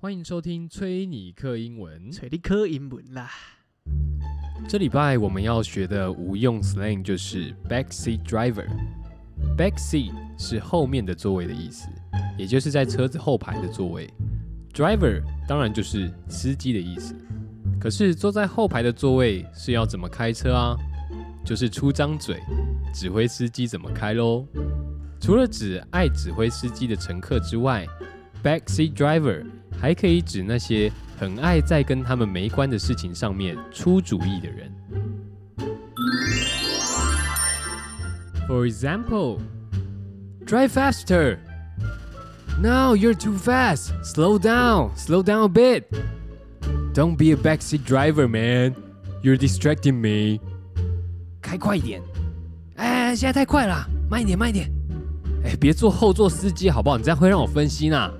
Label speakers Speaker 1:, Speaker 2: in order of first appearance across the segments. Speaker 1: 欢迎收听崔尼克英文。
Speaker 2: 找你考英文啦。
Speaker 1: 这礼拜我们要学的无用 slang 就是 backseat driver。backseat 是后面的座位的意思，也就是在车子后排的座位。driver 当然就是司机的意思。可是坐在后排的座位是要怎么开车啊？就是出张嘴，指挥司机怎么开喽。除了指爱指挥司机的乘客之外，backseat driver 还可以指那些很爱在跟他们没关的事情上面出主意的人。For example, drive faster. No, you're too fast. Slow down. Slow down a bit. Don't be a backseat driver, man. You're distracting me. 开快一点！哎，现在太快了，慢一点，慢一点。哎，别坐后座司机好不好？你这样会让我分心啊。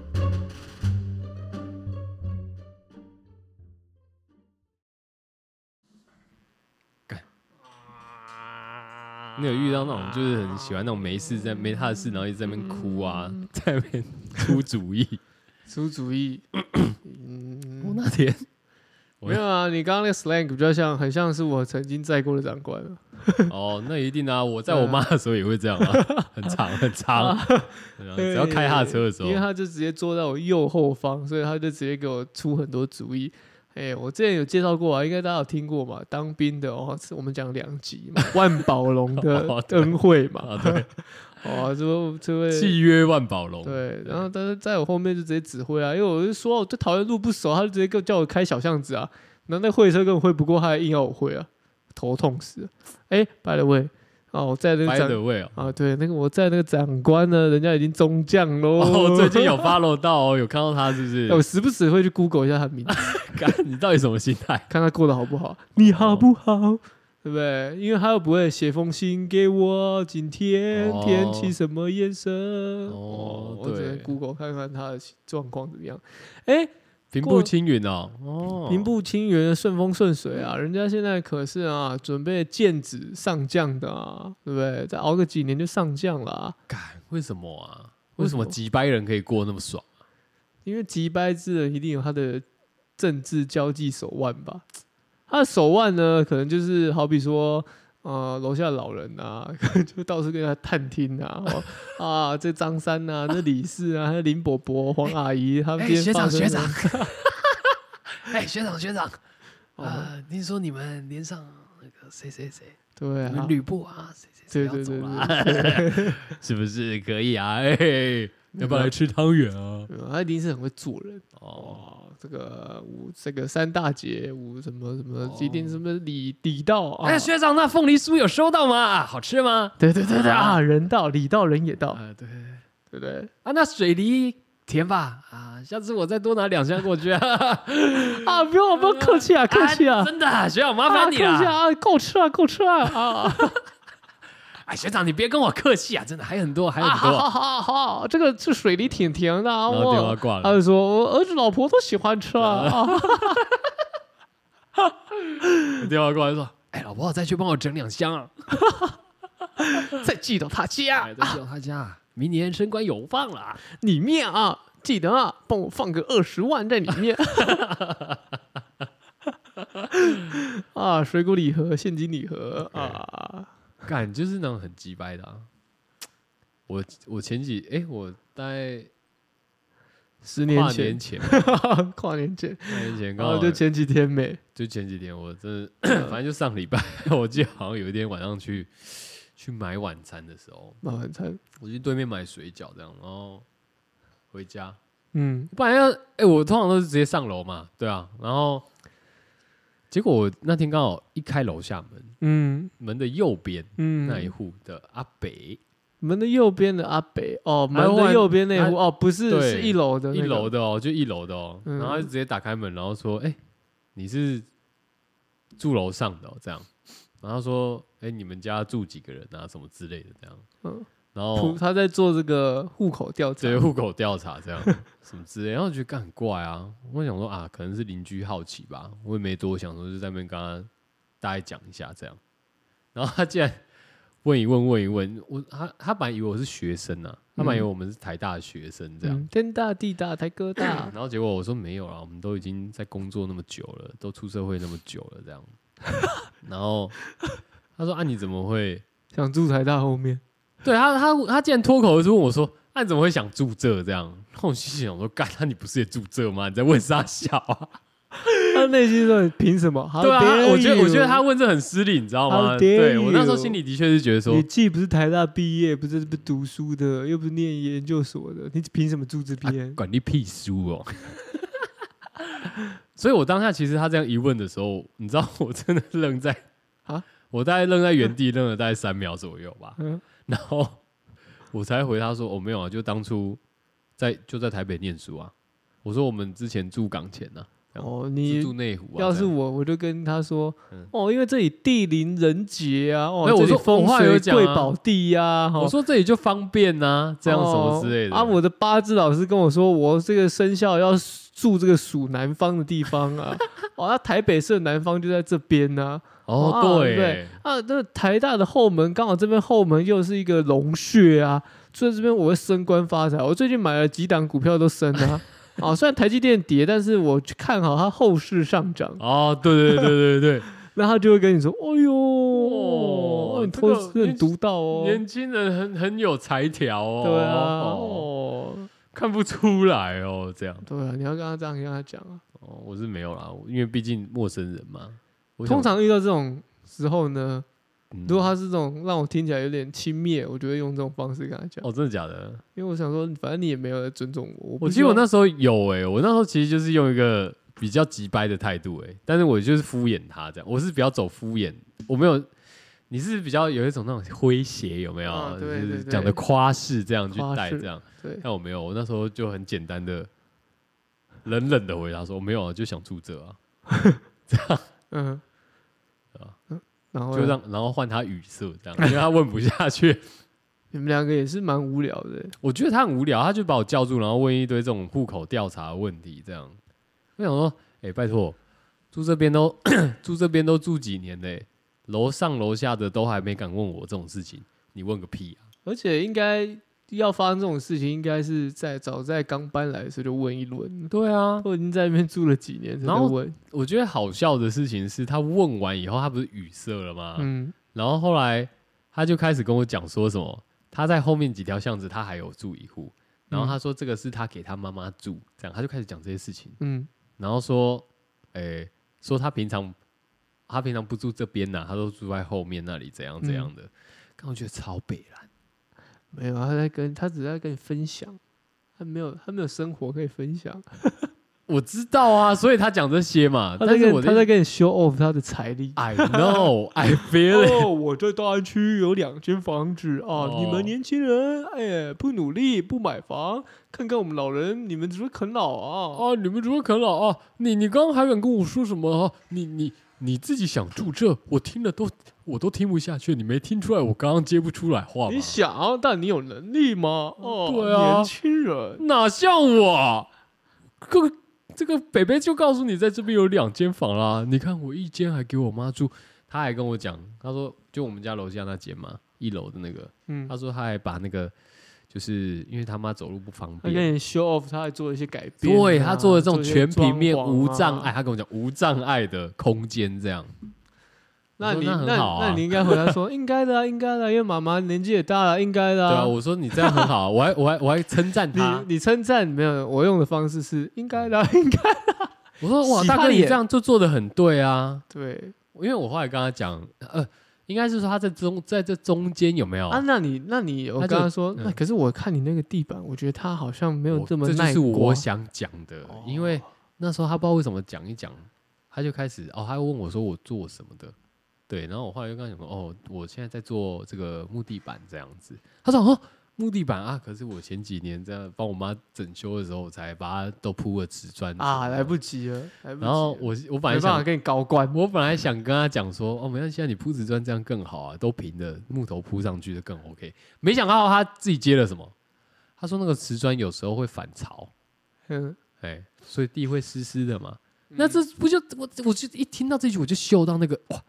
Speaker 1: 干你有遇到那种就是很喜欢那种没事在没他的事，然后一直在那边哭啊，
Speaker 2: 嗯
Speaker 1: 在那边出主意？
Speaker 2: 出主意，
Speaker 1: 我
Speaker 2: 嗯，
Speaker 1: 那 天我
Speaker 2: 没有啊，你刚刚那个 slang 比较像，很像是我曾经载过的长官啊。
Speaker 1: 哦，那一定啊！我在我妈
Speaker 2: 嗯
Speaker 1: 的时候也会这样啊， 很长很 长，然后嗯只要开她的车的时候
Speaker 2: 因为，他就直接坐在我右后方，所以他就直接给我出很多主意。哎、我之前有介绍过啊，应该大家有听过嘛，当兵的哦，是我们讲两集嘛，万宝龙
Speaker 1: 哦
Speaker 2: 的
Speaker 1: 对
Speaker 2: 恩惠嘛，
Speaker 1: 啊对，
Speaker 2: 哦，这位这位
Speaker 1: 契约万宝龙，
Speaker 2: 对，然后但是在我后面就直接指挥啊，因为我就说我对讨厌路不熟，他就直接给我叫我开小巷子啊，然后那会车根本会不过，他还硬要我会啊，头痛死了。哎，by the way，哦，我在那个
Speaker 1: 掰
Speaker 2: 长
Speaker 1: 的位哦。
Speaker 2: 啊，对，那个我在那个长官呢，人家已经中将喽。
Speaker 1: 哦，最近有 follow 到哦，有看到他是不
Speaker 2: 哎我
Speaker 1: 是？
Speaker 2: 时不时会去 Google 一下他的名 字，
Speaker 1: 干，你到底什么心态？
Speaker 2: 看他过得好不
Speaker 1: 哦
Speaker 2: 好，你好不好，对不对？因为他又不会写封信给我，今天
Speaker 1: 哦
Speaker 2: 天气什么眼神？
Speaker 1: 哦
Speaker 2: 我只
Speaker 1: 对
Speaker 2: 能 Google 看看他的状况怎么样。哎，
Speaker 1: 平步
Speaker 2: 过
Speaker 1: 青云哦，哦，
Speaker 2: 平步青云、顺风顺水啊！人家现在可是啊，准备剑指上将的啊，对不对？再熬个几年就上将了、啊，
Speaker 1: 干，为什么啊？为
Speaker 2: 为
Speaker 1: 什
Speaker 2: 什
Speaker 1: 么
Speaker 2: 么
Speaker 1: 几百人可以过那么爽？
Speaker 2: 因为急掰之人一定有他的政治交际手腕吧？他的手腕呢，可能就是好比说。呃，楼下老人啊， 就到处跟他探听啊，哦啊，这张三啊，这李四啊，还有林伯伯、黄阿姨，他们今天发生了，
Speaker 1: 哎，学长学 长，啊
Speaker 2: 哦，
Speaker 1: 听说你们连上那个谁谁谁，
Speaker 2: 对啊，
Speaker 1: 部啊，谁谁
Speaker 2: 对对对对，
Speaker 1: 是不是可以啊？哎、要不要来吃汤圆啊？
Speaker 2: 嗯他一定是很会做人。
Speaker 1: 哦，
Speaker 2: 哦，这个五这个三大节五什么什么
Speaker 1: 哦，
Speaker 2: 一定什么礼礼道啊
Speaker 1: 哎、，学长，那凤梨酥有收到吗？啊好吃吗？
Speaker 2: 对对对对啊，人道礼道人也道，
Speaker 1: 啊，对
Speaker 2: 对不对？
Speaker 1: 啊，那水梨甜吧？啊，下次我再多拿两箱过 去啊！
Speaker 2: 啊，不用不用客气啊，客气啊，
Speaker 1: 真的 啊，学哎长麻
Speaker 2: 啊
Speaker 1: 烦
Speaker 2: 客
Speaker 1: 你
Speaker 2: 气
Speaker 1: 了。
Speaker 2: 啊，够吃啊，够吃啊啊！
Speaker 1: 哎，学长，你别跟我客气啊，真的还很多， 还
Speaker 2: 啊，
Speaker 1: 很
Speaker 2: 好
Speaker 1: 多。
Speaker 2: 好好好好，这个是水里挺甜的啊，
Speaker 1: 然后电话
Speaker 2: 我
Speaker 1: 挂
Speaker 2: 他
Speaker 1: 了。
Speaker 2: 就说我儿子老婆都喜欢吃啊啊，
Speaker 1: 电话挂来说：“哎，老婆，再去帮我整两箱啊！嗯
Speaker 2: 再寄到他 家
Speaker 1: 哎，再叫他家啊，明年升官有望了啊。
Speaker 2: 里面啊，记得啊，帮我放个二十万在里 面。啊，水果礼盒、现金礼盒啊，
Speaker 1: 感就是那种很鸡掰的、啊。我我前几哎、我大概
Speaker 2: 十年
Speaker 1: 跨年
Speaker 2: 前，
Speaker 1: 前，哦
Speaker 2: 跨年前，
Speaker 1: 跨年 前
Speaker 2: 然
Speaker 1: 刚好
Speaker 2: 后就前几天没，
Speaker 1: 就前几天，我真的 反正就上礼拜，我记得好像有一天晚上去去买晚餐的时候，
Speaker 2: 买晚餐，
Speaker 1: 我去对面买水饺这样，然后回家，
Speaker 2: 嗯，
Speaker 1: 不然要哎、我通常都是直接上楼嘛，对啊，然后结果我那天刚好一开楼下门，
Speaker 2: 嗯
Speaker 1: 门的右边
Speaker 2: 嗯，
Speaker 1: 那一户的阿北，
Speaker 2: 门的右边的阿北哦，
Speaker 1: 然后
Speaker 2: 门的右边那户哦，不是
Speaker 1: 对
Speaker 2: 是一楼的那
Speaker 1: 一
Speaker 2: 个，
Speaker 1: 楼的哦，就一楼的哦，
Speaker 2: 嗯
Speaker 1: 然后他就直接打开门，然后说：“哎、你是住楼上的、哦、这样。”然后他说：“哎、你们家住几个人啊？什么之类的这样。”
Speaker 2: 嗯
Speaker 1: 然
Speaker 2: 普
Speaker 1: 后
Speaker 2: 他在做这个户口调查
Speaker 1: 这，些户口调查这样什么之类，然后我觉得干很怪啊。我想说啊，可能是邻居好奇吧，我也没多想，说就在那边跟他大概讲一下这样。然后他竟然问一问问一问，我他他本来以为我是学生啊，他们以为我们是台大学生这样。
Speaker 2: 嗯天大地大，台哥大
Speaker 1: 嗯然，后结果我说没有啦，我们都已经在工作那么久了，都出社会那么久了，这样。 然后他说：“啊，你怎么会
Speaker 2: 想住台大后面，？”
Speaker 1: 对他，他他竟然脱口而出问我说：“啊，你怎么会想住这？”这样，然后我心想说：“干，那你不是也住这吗？你在问啥小啊
Speaker 2: 他内心说你凭什么？？”
Speaker 1: 对
Speaker 2: How dare
Speaker 1: 啊，我觉得我觉得
Speaker 2: you
Speaker 1: 他问这很失礼，你知道吗？
Speaker 2: How dare
Speaker 1: 对我那时候
Speaker 2: you
Speaker 1: 心里的确是觉得说
Speaker 2: 你，既不是台大毕业，不是不读书的，又不是念研究所的，你凭什么住这
Speaker 1: 啊
Speaker 2: 边？
Speaker 1: 管你屁事哦。 所以我当下其实他这样一问的时候，你知道我真的愣在
Speaker 2: 啊，
Speaker 1: 我大概愣在原地愣了大概三秒左右吧，
Speaker 2: 嗯，
Speaker 1: 然后我才回他说我、哦、没有啊，就当初在就在台北念书啊。我说我们之前住港前呐、这样
Speaker 2: 哦，
Speaker 1: 是
Speaker 2: 你
Speaker 1: 住内湖啊。
Speaker 2: 要是
Speaker 1: 这样
Speaker 2: 我，我就跟他说
Speaker 1: 嗯，
Speaker 2: 哦，因为这里地灵人杰啊，哦
Speaker 1: 没有，我
Speaker 2: 这里
Speaker 1: 说
Speaker 2: 风
Speaker 1: 我话有
Speaker 2: 水
Speaker 1: 讲啊
Speaker 2: 贵宝地呀，哈
Speaker 1: 我说这里就方便呐、这样什么之类的、
Speaker 2: 哦啊，我的八字老师跟我说，我这个生肖要住这个属南方的地方啊。 哦，那台北市的南方就在这边呐、啊
Speaker 1: 哦对
Speaker 2: 对啊。那台大的后门刚好这边后门又是一个龙穴啊，住在这边我会升官发财。我最近买了几档股票都升 啊。啊，虽然台积电跌，但是我看好它后市上涨，
Speaker 1: 哦对对对对对。
Speaker 2: 那他就会跟你说：“哎呦，
Speaker 1: 哦
Speaker 2: 哦、你
Speaker 1: 这
Speaker 2: 投
Speaker 1: 个
Speaker 2: 资很独到 哦。
Speaker 1: 年轻人很很有才调哦，
Speaker 2: 对啊，
Speaker 1: 哦
Speaker 2: 哦，
Speaker 1: 看不出来哦，这样
Speaker 2: 对啊，你要跟他这样跟他讲啊。
Speaker 1: 哦，我是没有啦，我因为毕竟陌生人嘛。我想
Speaker 2: 通、常遇到这种时候呢，
Speaker 1: 嗯
Speaker 2: 如果他是这种让我听起来有点轻蔑，我就会用这种方式跟他讲，
Speaker 1: 哦，真的假的？
Speaker 2: 因为我想说，反正你也没有在尊重我。我
Speaker 1: 我
Speaker 2: 不
Speaker 1: 记
Speaker 2: 希
Speaker 1: 得我
Speaker 2: 望
Speaker 1: 那时候有哎、我那时候其实就是用一个比较急掰的态度哎、但是我就是敷衍他这样，我是比较走敷衍，我没有。你是比较有一种那种诙谐有没有？
Speaker 2: 啊对
Speaker 1: 就是
Speaker 2: 对对
Speaker 1: 讲的夸饰这样去
Speaker 2: 夸
Speaker 1: 带
Speaker 2: 饰
Speaker 1: 这样，
Speaker 2: 对
Speaker 1: 但我没有，我那时候就很简单的、冷冷的回答说没有啊，就想住这啊。
Speaker 2: 嗯
Speaker 1: 啊
Speaker 2: 嗯，然后
Speaker 1: 就
Speaker 2: 呢
Speaker 1: 让然后换他语塞这样，因为他问不下去。
Speaker 2: 你们两个也是蛮无聊的。
Speaker 1: 我觉得他很无聊，他就把我叫住，然后问一堆这种户口调查的问题这样。我想说，哎、拜托，住这边都 住这边都住几年嘞、楼上楼下的都还没敢问我这种事情，你问个屁啊！
Speaker 2: 而且应该要发生这种事情，应该是在早在刚搬来的时候就问一轮了。
Speaker 1: 对啊，
Speaker 2: 我已经在那边住了几年，才
Speaker 1: 然后
Speaker 2: 问，
Speaker 1: 我觉得好笑的事情是他问完以后，他不是语塞了吗？
Speaker 2: 嗯，
Speaker 1: 然后后来他就开始跟我讲说什么，他在后面几条巷子他还有住一户，然后他说这个是他给他妈妈住，这样他就开始讲这些事情，
Speaker 2: 嗯，
Speaker 1: 然后说，诶、说他平常他平常不住这边呐、他都住在后面那里，怎样怎样的，看、我觉得超北蓝，
Speaker 2: 没有，他在跟他只是在跟你分享，他没有他没有生活可以分享，
Speaker 1: 啊我知道啊，所以他讲这些嘛，
Speaker 2: 他在
Speaker 1: 但是我
Speaker 2: 跟他在
Speaker 1: 在
Speaker 2: 跟你 show off 他的财 力。
Speaker 1: I know I feel it，
Speaker 2: 哦，我在大安区有两间房子啊！
Speaker 1: 哦
Speaker 2: 你们年轻人，哎，不努力不买房，看看我们老人，你们怎么啃老啊？
Speaker 1: 哦，你们怎么啃老啊？你你刚刚还敢跟我说什么啊？你你你自己想住这，我听了都我都听不下去。你没听出来我刚刚接不出来话吗
Speaker 2: 你？想，但你有能力吗？哦，
Speaker 1: 对啊
Speaker 2: 年轻人，
Speaker 1: 哪像我？这个这个北北就告诉你，在这边有两间房啦。你看我一间还给我妈住，他还跟我讲，他说就我们家楼下那间嘛，一楼的那个，
Speaker 2: 嗯，
Speaker 1: 他说他还把那个就是因为他妈走路不方
Speaker 2: 他
Speaker 1: 便，
Speaker 2: 跟你 show off，他还做一些改变啊、
Speaker 1: 对他做的这种
Speaker 2: 一些
Speaker 1: 全平面
Speaker 2: 装潢啊
Speaker 1: 无障碍，。他跟我讲无障碍的空间这样。
Speaker 2: 那
Speaker 1: 我
Speaker 2: 你
Speaker 1: 说
Speaker 2: 那
Speaker 1: 很好啊
Speaker 2: 那你应该回答说，应该的啊，应该的啊，因为妈妈年纪也大了，应该的
Speaker 1: 对啊，我啊说你这样很好啊，我还我还我还称赞他，
Speaker 2: 你你称赞没有？我用的方式是应该的
Speaker 1: 嗯
Speaker 2: 啊，应该
Speaker 1: 我说哇，
Speaker 2: 洗
Speaker 1: 大
Speaker 2: 他
Speaker 1: 哥你
Speaker 2: 脸
Speaker 1: 这样就做的很对啊，
Speaker 2: 对。
Speaker 1: 因为我后来跟他讲，呃，应该是说他在中在这中间有没有？
Speaker 2: 啊，那你那你我
Speaker 1: 哦他
Speaker 2: 跟
Speaker 1: 就
Speaker 2: 他说，那
Speaker 1: 嗯
Speaker 2: 可是我看你那个地板，我觉得它好像没有
Speaker 1: 我
Speaker 2: 这么
Speaker 1: 这就
Speaker 2: 耐
Speaker 1: 是我
Speaker 2: 刮。
Speaker 1: 想讲的
Speaker 2: 哦，
Speaker 1: 因为那时候他不知道为什么讲一讲，他就开始哦，他又问我说我做什么的，对，然后我后来就跟他讲说，哦，我现在在做这个木地板这样子，他说哦。木地板啊，可是我前几年在帮我妈整修的时候，我才把它都铺了瓷砖
Speaker 2: 啊，来不
Speaker 1: 及。
Speaker 2: 及了，来
Speaker 1: 嗯
Speaker 2: 不及了。
Speaker 1: 然后我我本来
Speaker 2: 没办
Speaker 1: 想
Speaker 2: 法跟你高官，
Speaker 1: 我本来想跟他讲说，哦，没关系啊，你铺瓷砖这样更好啊，都平的，木头铺上去就更 OK。没想到他自己接了什么，他说那个瓷砖有时候会反潮，
Speaker 2: 嗯，
Speaker 1: 哎、所以地会湿湿的嘛。那这不就我我就一听到这句我就嗅到那个哇，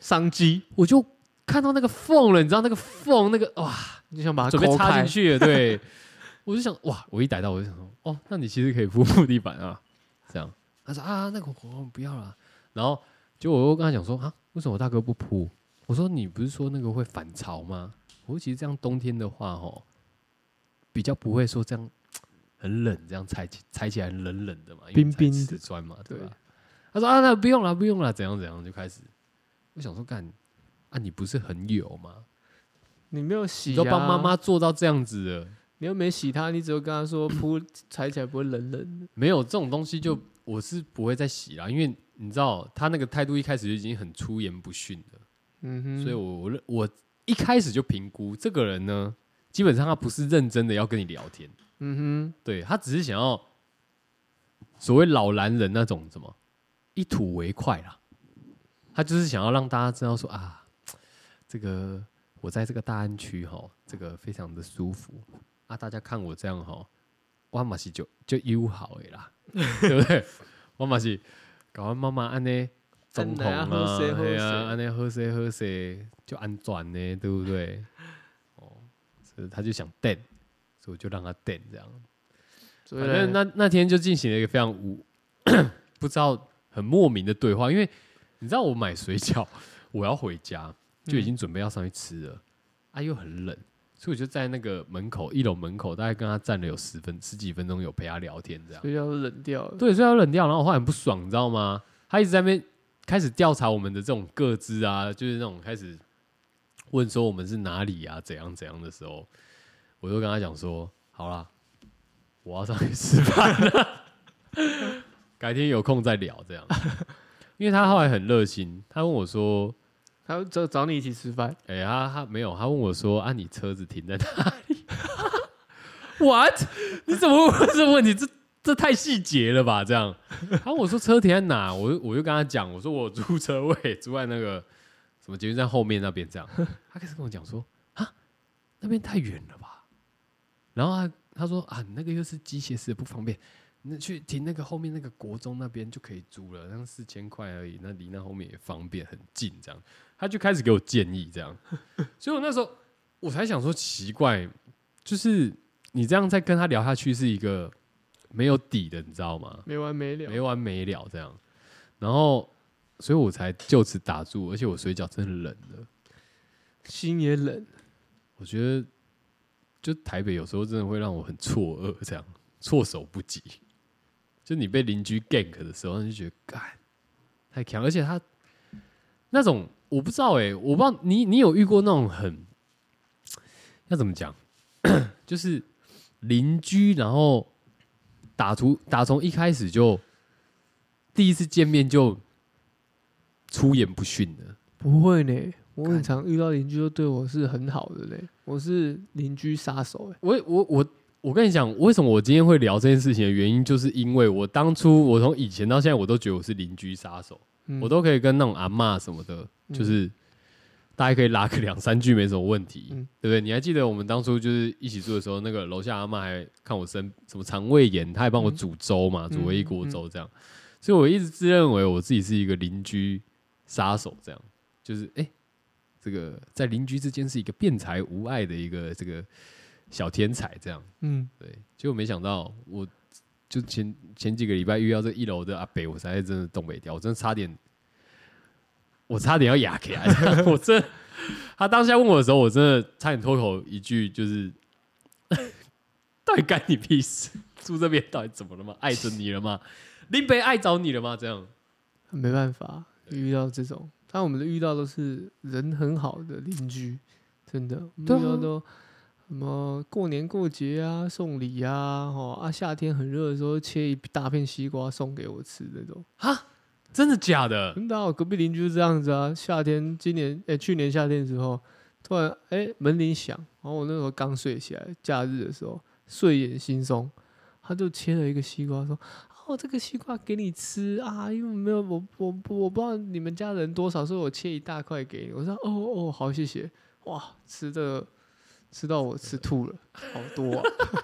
Speaker 2: 商机
Speaker 1: 我就看到那个缝了，你知道那个缝那个哇，
Speaker 2: 你就想把它
Speaker 1: 准备
Speaker 2: 啊抠
Speaker 1: 插
Speaker 2: 开
Speaker 1: 进，去了，对，我就想哇，我一逮到我就想说，哦，那你其实可以铺木地板啊，这样。他说啊，那个我不要了。然后结果我又跟他讲说啊，为什么我大哥不铺？我说你不是说那个会反潮吗？我说其实这样冬天的话，哦，比较不会说这样很冷，这样踩起踩起来冷冷的嘛，因为
Speaker 2: 冰
Speaker 1: 才
Speaker 2: 冰
Speaker 1: 瓷
Speaker 2: 的
Speaker 1: 砖嘛，对
Speaker 2: 对
Speaker 1: 吧？他说啊，那不用了，不用了，怎样怎样就开始。我想说干啊，你不是很油吗？
Speaker 2: 你没有洗、
Speaker 1: 你
Speaker 2: 啊，
Speaker 1: 都帮妈妈，做到这样子了。
Speaker 2: 你又没洗它，你只有跟他 说铺踩起来不会冷冷的。
Speaker 1: 没有这种东西就，我是不会再洗啦，因为你知道他那个态度一开始就已经很出言不逊了，
Speaker 2: 嗯哼，
Speaker 1: 所以我我认我一开始就评估这个人呢，基本上他不是认真的要跟你聊天，
Speaker 2: 嗯
Speaker 1: 对他只是想要所谓老男人那种什么一吐为快啦，他就是想要让大家知道说啊，这个我在这个大安区哈，这个非常的舒服啊，大家看我这样哈，我嘛是就就友好的啦， 对不对？我嘛是搞完妈妈安呢。中红
Speaker 2: 安奶啊
Speaker 1: 啊，
Speaker 2: 好势好
Speaker 1: 对
Speaker 2: 势
Speaker 1: 啊，安尼喝谁喝谁就安转呢，对不对？哦，所以他就想瞪，所以我就让他瞪这样。
Speaker 2: 哼，所以
Speaker 1: 反正那那天就进行了一个非常无 不知道很莫名的对话，因为你知道我买水饺，我要回家，
Speaker 2: 嗯
Speaker 1: 就已经准备要上去吃了，啊又很冷，所以我就在那个门口一楼门口，大概跟他站了有十分十几分钟，有陪他聊天这样。
Speaker 2: 嗯所以要冷掉了。
Speaker 1: 对，所以他冷掉，然后我后来很不爽，你知道吗？他一直在那边开始调查我们的这种各自啊，就是那种开始问说我们是哪里啊，怎样怎样的时候，我就跟他讲说，好啦，我要上去吃饭了， 改天有空再聊这样。 因为他后来很热心，他问我说，
Speaker 2: 他要找找你一起吃饭，
Speaker 1: 哎、他他没有，他问我说，啊，你车子停在哪里 ？What？你怎么问这问题？这这太细节了吧？这样，他问我说车停在哪？我就我就跟他讲，我说我租车位 租在那个什么捷运站后面那边，这样。他开始跟我讲说，啊，那边太远了吧？然后他他说啊，你那个又是机械式的不方便，那去停那个后面那个国中那边就可以租了，那四千块而已，那离那后面也方便，很近这样。他就开始给我建议这样，所以我那时候我才想说奇怪，就是你这样再跟他聊下去是一个没有底的，你知道吗？
Speaker 2: 没完没了。
Speaker 1: 没完没了这样，然后所以我才就此打住，而且我水饺真的冷了，
Speaker 2: 心也冷，
Speaker 1: 我觉得就台北有时候真的会让我很错愕，这样措手不及。就你被邻居 gank 的时候，你就觉得干太强，而且他那种我不知道哎、我不知道你你有遇过那种很要怎么讲， 就是邻居，然后打图打从一开始就第一次见面就出言不逊的。
Speaker 2: 不会呢。我
Speaker 1: 干
Speaker 2: 很常遇到邻居都对我是很好的嘞，我是邻居杀手哎。
Speaker 1: 我我我我跟你讲，为什么我今天会聊这件事情的原因，就是因为我当初我从以前到现在，我都觉得我是邻居杀手，
Speaker 2: 嗯
Speaker 1: 我都可以跟那种阿嬷什么的，
Speaker 2: 嗯
Speaker 1: 就是大家可以拉个两三句没什么问题，
Speaker 2: 嗯
Speaker 1: 对不对？你还记得我们当初就是一起住的时候，那个楼下阿嬷还看我生什么肠胃炎，她还帮我
Speaker 2: 嗯
Speaker 1: 煮粥嘛，
Speaker 2: 嗯
Speaker 1: 煮了一锅粥这样，所以我一直自认为我自己是一个邻居杀手，这样就是哎、诶这个在邻居之间是一个辩才无碍的一个这个小天才这样。
Speaker 2: 嗯，
Speaker 1: 对，结果没想到，我就前前几个礼拜遇到这一楼的阿北，我实在真的东北掉，我真的差点，我差点要哑起来， 我真的他当下问我的时候，我真的差点脱口一句就是，到底干你屁事？住这边到底怎么了吗？碍着你了吗？林北爱找你了吗？这样
Speaker 2: 没办法，遇到这种，但我们的遇到都是人很好的邻居，真的，我们
Speaker 1: 对啊
Speaker 2: 遇到都什么过年过节啊，送礼啊，哦啊，夏天很热的时候切一大片西瓜送给我吃那种，
Speaker 1: 真的假的？
Speaker 2: 真的啊、我隔壁邻居就这样子啊，夏天今年哎、去年夏天的时候，突然哎、门铃响，然后我那时候刚睡起来，假日的时候睡眼惺忪，他就切了一个西瓜说。哦，这个西瓜给你吃啊，因为没有我我我不知道你们家人多少，所以我切一大块给你。我说哦哦，好谢谢。哇，吃的吃到我吃吐了，好多啊，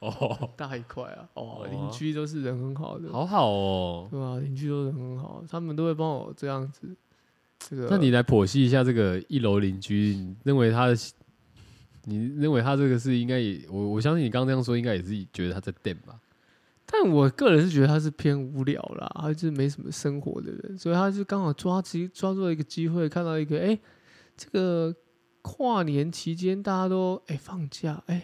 Speaker 1: 哦，
Speaker 2: 大一块啊。哦，
Speaker 1: 哇
Speaker 2: 邻居都是人很好的，
Speaker 1: 好好哦。
Speaker 2: 对啊，邻居都是很好，他们都会帮我这样子。这个，
Speaker 1: 那你来剖析一下这个一楼邻居，你认为他的你认为他这个是应该也，我我相信你刚刚这样说，应该也是觉得他在电吧？
Speaker 2: 但我个人是觉得他是偏无聊啦，他就是没什么生活的人，所以他是刚好抓机抓住了一个机会，看到一个哎、诶这个跨年期间大家都哎、诶放假，哎、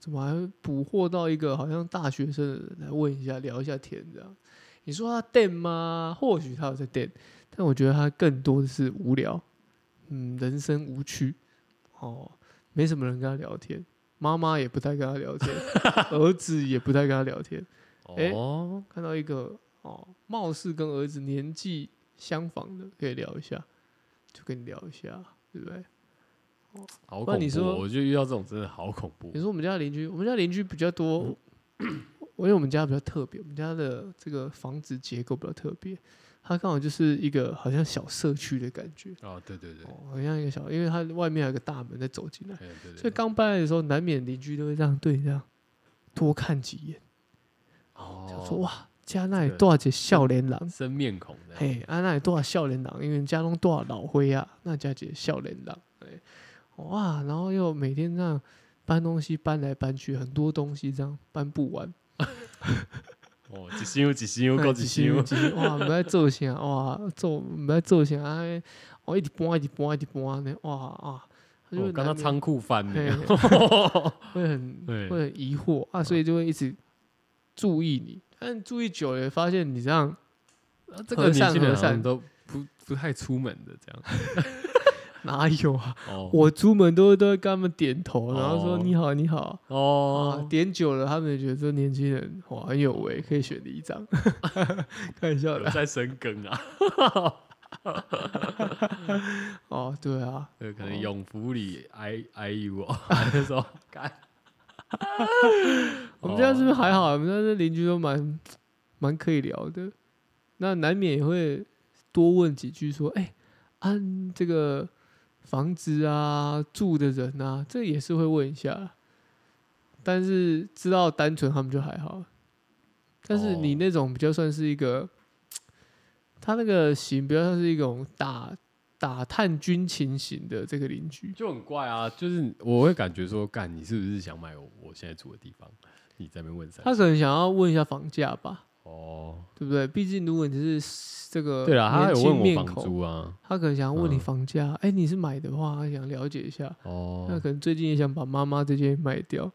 Speaker 2: 怎么还捕获到一个好像大学生的人来问一下聊一下天这样？你说他电吗？或许他有在电，但我觉得他更多的是无聊，嗯，人生无趣，哦，没什么人跟他聊天，妈妈也不太跟他聊天，儿子也不太跟他聊天。诶
Speaker 1: 哦，
Speaker 2: 看到一个哦，貌似跟儿子年纪相仿的，可以聊一下，就跟你聊一下，对不对？
Speaker 1: 好恐
Speaker 2: 不
Speaker 1: 怖哦！
Speaker 2: 然你说
Speaker 1: 我就遇到这种真的好恐怖
Speaker 2: 你。说我们家邻居，我们家邻居比较多， 我因为我们家比较特别，我们家的这个房子结构比较特别，它刚好就是一个好像小社区的感觉，
Speaker 1: 哦，对对对，
Speaker 2: 哦，好像一个小，因为它外面还有个大门再走进来，
Speaker 1: 哎对对
Speaker 2: 所
Speaker 1: 对，
Speaker 2: 以刚搬来的时候，难免邻居都会这样对你这样多看几眼，
Speaker 1: 哦
Speaker 2: 想说哇，家那
Speaker 1: 这
Speaker 2: 里
Speaker 1: 个
Speaker 2: 多少只笑脸郎。
Speaker 1: 生面孔的，
Speaker 2: 嘿，啊，那里多少少年郎，因为家中多少老灰啊，那家姐少年郎，哎，哇，然后又每天这样搬东西搬来搬去，很多东西这样搬不完，
Speaker 1: 哦，几星油几星油够
Speaker 2: 哎
Speaker 1: 几星油，
Speaker 2: 一箱哇，我们在做啥？哇，做我们在做啥？哎，我一直搬一直搬一直搬呢，哇啊，他就
Speaker 1: 我
Speaker 2: 会
Speaker 1: 刚刚
Speaker 2: 难免
Speaker 1: 仓库翻
Speaker 2: 嘿
Speaker 1: 了，
Speaker 2: 会很
Speaker 1: 对
Speaker 2: 会很疑惑啊，所以就会一直注意你，但注意久了，发现你这样
Speaker 1: 啊这
Speaker 2: 和
Speaker 1: 个年
Speaker 2: 善
Speaker 1: 轻人
Speaker 2: 和
Speaker 1: 好像
Speaker 2: 善
Speaker 1: 都不不太出门的这样。
Speaker 2: 哪有啊？
Speaker 1: 哦
Speaker 2: 我出门都都会跟他们点头，然后说
Speaker 1: 哦
Speaker 2: 你好，你好。哦
Speaker 1: 哦，，
Speaker 2: 点久了，他们也觉得这年轻人哇很有为，可以选里长。 开玩笑
Speaker 1: 有
Speaker 2: 的
Speaker 1: 在深耕啊，
Speaker 2: 哦，对啊，
Speaker 1: 呃，可
Speaker 2: 哦
Speaker 1: 能永福里 I I U 哦，那时候干。
Speaker 2: 我们家是不是还
Speaker 1: 哦？
Speaker 2: 好？我们家这邻居都蛮蛮可以聊的，那难免也会多问几句，说，哎、按、这个房子啊，住的人啊，这也是会问一下。但是知道单纯他们就还好，但是你
Speaker 1: 哦
Speaker 2: 那种比较算是一个，他那个型比较像是一种打打探军情型的这个邻居，
Speaker 1: 就很怪啊，就是我会感觉说，干你是不是想买我我现在住的地方？你在那边问三
Speaker 2: 他可能想要问一下房价吧。
Speaker 1: 哦，
Speaker 2: 对不对？毕竟如果你是这个
Speaker 1: 对了，他
Speaker 2: 年
Speaker 1: 有
Speaker 2: 轻
Speaker 1: 问
Speaker 2: 面
Speaker 1: 我房
Speaker 2: 孔，
Speaker 1: 租啊，
Speaker 2: 他可能想要问你
Speaker 1: 嗯
Speaker 2: 房价，哎、你是买的话，他想了解一下，那
Speaker 1: 哦，
Speaker 2: 可能最近也想把妈妈这间卖掉，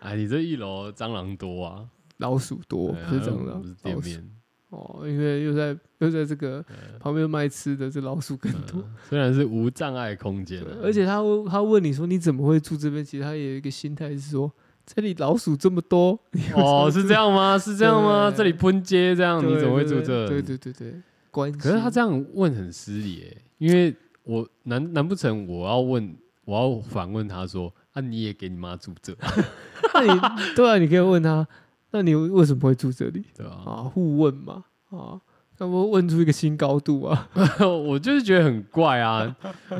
Speaker 1: 哎，你这一楼蟑螂多啊，
Speaker 2: 老鼠多
Speaker 1: 对啊
Speaker 2: 不是蟑
Speaker 1: 不是
Speaker 2: 螂，
Speaker 1: 店
Speaker 2: 老鼠
Speaker 1: 面，
Speaker 2: 哦，因为又在又在这个旁边卖吃的，这老鼠更多。
Speaker 1: 嗯虽然是无障碍空间
Speaker 2: 对
Speaker 1: 啊，
Speaker 2: 而且他问他问你说你怎么会住这边？其实他也有一个心态是说，这里老鼠这么多，你为什么
Speaker 1: 哦，
Speaker 2: 住
Speaker 1: 是 这样吗？是这样吗？
Speaker 2: 对
Speaker 1: 这里喷街这样，
Speaker 2: 对
Speaker 1: 你怎么会
Speaker 2: 对
Speaker 1: 住
Speaker 2: 对
Speaker 1: 这？
Speaker 2: 对对对对，关系。
Speaker 1: 可是他这样问很失礼耶，因为我难难不成我要问我要反问他说啊，你也给你妈住这，
Speaker 2: 那你对啊，你可以问他，那你为什么会住这里？
Speaker 1: 对吧？
Speaker 2: 啊，互问嘛，啊，那不问出一个新高度啊？
Speaker 1: 我就是觉得很怪啊，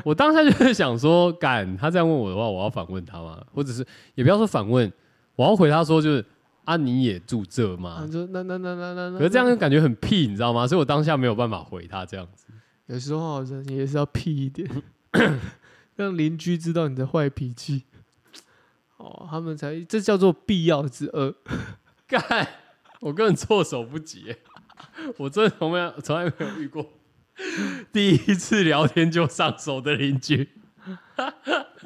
Speaker 1: 我当下就是想说，敢他这样问我的话，我要反问他吗？或者是也不要说反问，我要回他说就是啊，你也住这
Speaker 2: 啊，
Speaker 1: 吗？
Speaker 2: 你说那那那那那那，
Speaker 1: 可是这样
Speaker 2: 那
Speaker 1: 就感觉很屁，你知道吗？所以我当下没有办法回他这样子。
Speaker 2: 有时候人也是要屁 一点，让邻居知道你的坏脾气，哦，他们才这叫做必要之恶。
Speaker 1: 干，我根本措手不及 耶，我真的从没有从来没有遇过第一次聊天就上手的邻居。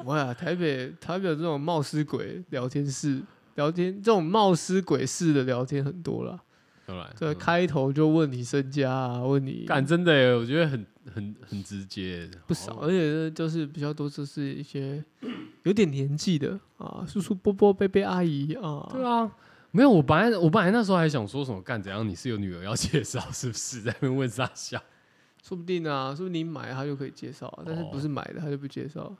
Speaker 2: 哇，台北台北有这种冒失鬼聊天室。聊天这种冒失鬼式的聊天很多啦，
Speaker 1: 当然，
Speaker 2: 对，
Speaker 1: 嗯
Speaker 2: 开头就问你身家啊，问你
Speaker 1: 干真的耶，我觉得很很很直接，哦
Speaker 2: 不少，
Speaker 1: 好
Speaker 2: 而且就是比较多，就是一些有点年纪的啊，叔叔、伯伯、伯伯、阿姨啊，
Speaker 1: 对啊。没有，我本来我本来那时候还想说什么干怎样？你是有女儿要介绍是不是？在那边问傻笑。
Speaker 2: 说不定啊，说不定你买他就可以介绍啊，但是
Speaker 1: 哦
Speaker 2: 不是买的他就不介绍。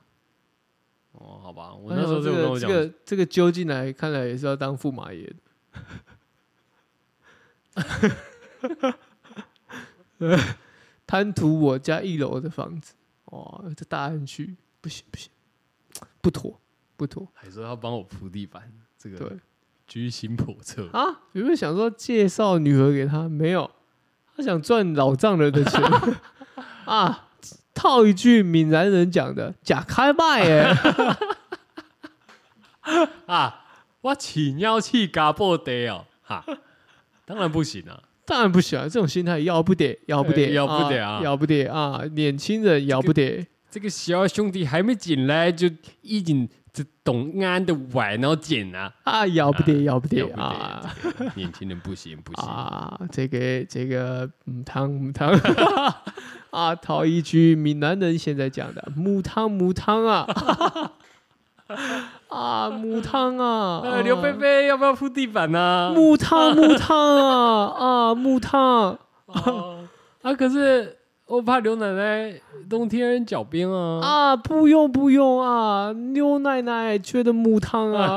Speaker 1: 哦，好吧，我那时候就
Speaker 2: 这
Speaker 1: 有跟
Speaker 2: 个
Speaker 1: 我
Speaker 2: 哎这
Speaker 1: 讲，
Speaker 2: 个这个揪进来，看来也是要当驸马爷的。贪图我家一楼的房子，哦，这大安区不行不行，不妥不妥，
Speaker 1: 还说要帮我铺地板，这个
Speaker 2: 对。
Speaker 1: 居心叵测。
Speaker 2: 啊，有没有想说介绍女儿给他？没有，他想赚老丈人 的钱啊！套一句闽南人讲的“假开麦”哎，
Speaker 1: 啊，我起尿气嘎破得哦，哈，当然不行啊，
Speaker 2: 当然不行啊！这种心态要不得，要不得，
Speaker 1: 哎要不得啊
Speaker 2: 要不得啊！年轻人要不得，
Speaker 1: 这个小兄弟还没进来就已经这懂安的歪脑筋 啊，
Speaker 2: 啊，要不得，要不得
Speaker 1: 要不得
Speaker 2: 啊！
Speaker 1: 年轻人不行不行，
Speaker 2: 啊，这个这个母汤母汤 啊，套一句闽南人现在讲的母汤母汤啊 啊母汤啊，
Speaker 1: 呃，刘贝
Speaker 2: 啊
Speaker 1: 贝要不要铺地板啊呢？
Speaker 2: 木汤木汤 啊啊木汤
Speaker 1: 哦啊，可是我怕刘奶奶冬天脚冰啊。
Speaker 2: 啊不用不用啊，牛奶奶缺的木汤 啊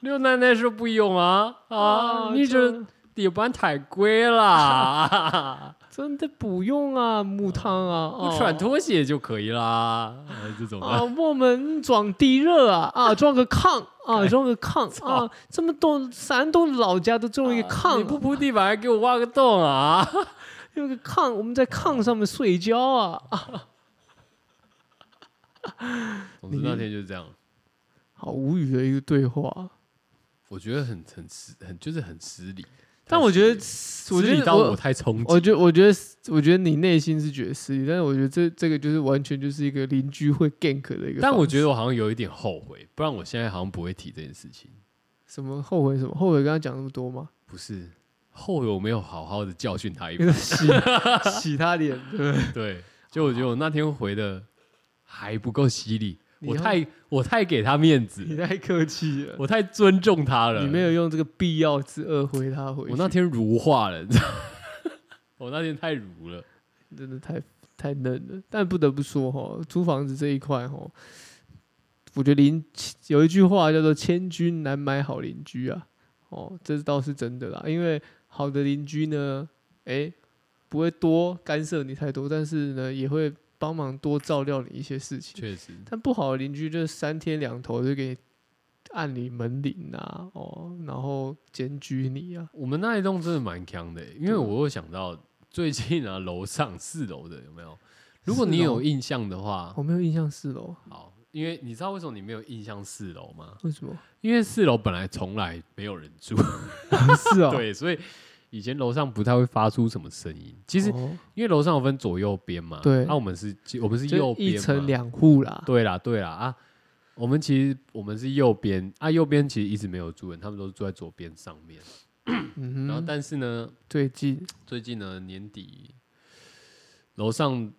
Speaker 1: 刘奶奶说不用啊啊，你这
Speaker 2: 真
Speaker 1: 地板太贵
Speaker 2: 啊
Speaker 1: 啦，
Speaker 2: 真的不用啊木汤啊，
Speaker 1: 我
Speaker 2: 啊
Speaker 1: 穿拖鞋就可以啦，呃这种
Speaker 2: 啊，
Speaker 1: 的。
Speaker 2: 我们装地热啊 啊，装个炕啊，装个炕啊，这么多山东老家都装一个
Speaker 1: 啊
Speaker 2: 炕
Speaker 1: 你不
Speaker 2: 啊，
Speaker 1: 铺地板还给我挖个洞 啊？
Speaker 2: 有个炕，我们在炕上面睡觉啊，啊
Speaker 1: 总之那天就这样，
Speaker 2: 好无语的一个对话。
Speaker 1: 我觉得很很失很就是很失礼，
Speaker 2: 但我觉得，我
Speaker 1: 失
Speaker 2: 觉
Speaker 1: 礼
Speaker 2: 得
Speaker 1: 到我
Speaker 2: 我，
Speaker 1: 太冲
Speaker 2: 我
Speaker 1: 击。
Speaker 2: 觉得，我觉得，我觉得你内心是觉得失礼，但是我觉得这这个就是完全就是一个邻居会 gank 的一个方式。
Speaker 1: 但我觉得我好像有一点后悔，不然我现在好像不会提这件事情。
Speaker 2: 什么后悔什么后悔，刚刚讲那么多吗？
Speaker 1: 不是后悔我没有好好的教训他一番。
Speaker 2: 因 为洗洗他脸，对不对？
Speaker 1: 对，就我觉得我那天回的还不够犀利，
Speaker 2: 你
Speaker 1: 我
Speaker 2: 要
Speaker 1: 太我太给他面
Speaker 2: 你
Speaker 1: 子，
Speaker 2: 太客气了，
Speaker 1: 我太尊重他了。
Speaker 2: 你没有用这个必要之恶回他回去。
Speaker 1: 我那天如化了，你知道吗 我那天太如了。
Speaker 2: 真的太太嫩了。但不得不说哈，租房子这一块哈，我觉得邻有一句话叫做“千军难买好邻居”啊，哦，这倒是真的啦。因为好的邻居呢，诶，不会多干涉你太多，但是呢，也会帮忙多照料你一些事情。
Speaker 1: 确实，
Speaker 2: 但不好的邻居就是三天两头就给你按你门铃啊，哦，然后检举你啊，
Speaker 1: 我们那一栋真的蛮强的欸、因为我又想到最近啊，楼上四楼的有没有？如果你
Speaker 2: 四楼
Speaker 1: 有印象的话，
Speaker 2: 我没有印象四楼，
Speaker 1: 好，因为你知道为什么你没有印象四楼吗？
Speaker 2: 为什么？
Speaker 1: 因为四楼本来从来没有人住，
Speaker 2: 是啊、哦，
Speaker 1: 对，所以以前楼上不太会发出什么声音。其实因为楼上有分左右边嘛，
Speaker 2: 哦
Speaker 1: 啊
Speaker 2: 对
Speaker 1: 那、我们是我们是
Speaker 2: 就
Speaker 1: 右边
Speaker 2: 一
Speaker 1: 嘛
Speaker 2: 层两户啦，
Speaker 1: 对啦，对啦啊，我们其实我们是右边啊，右边其实一直没有住人，他们都是住在左边上面。
Speaker 2: 嗯哼，
Speaker 1: 然后但是呢，
Speaker 2: 最近
Speaker 1: 最近呢年底楼上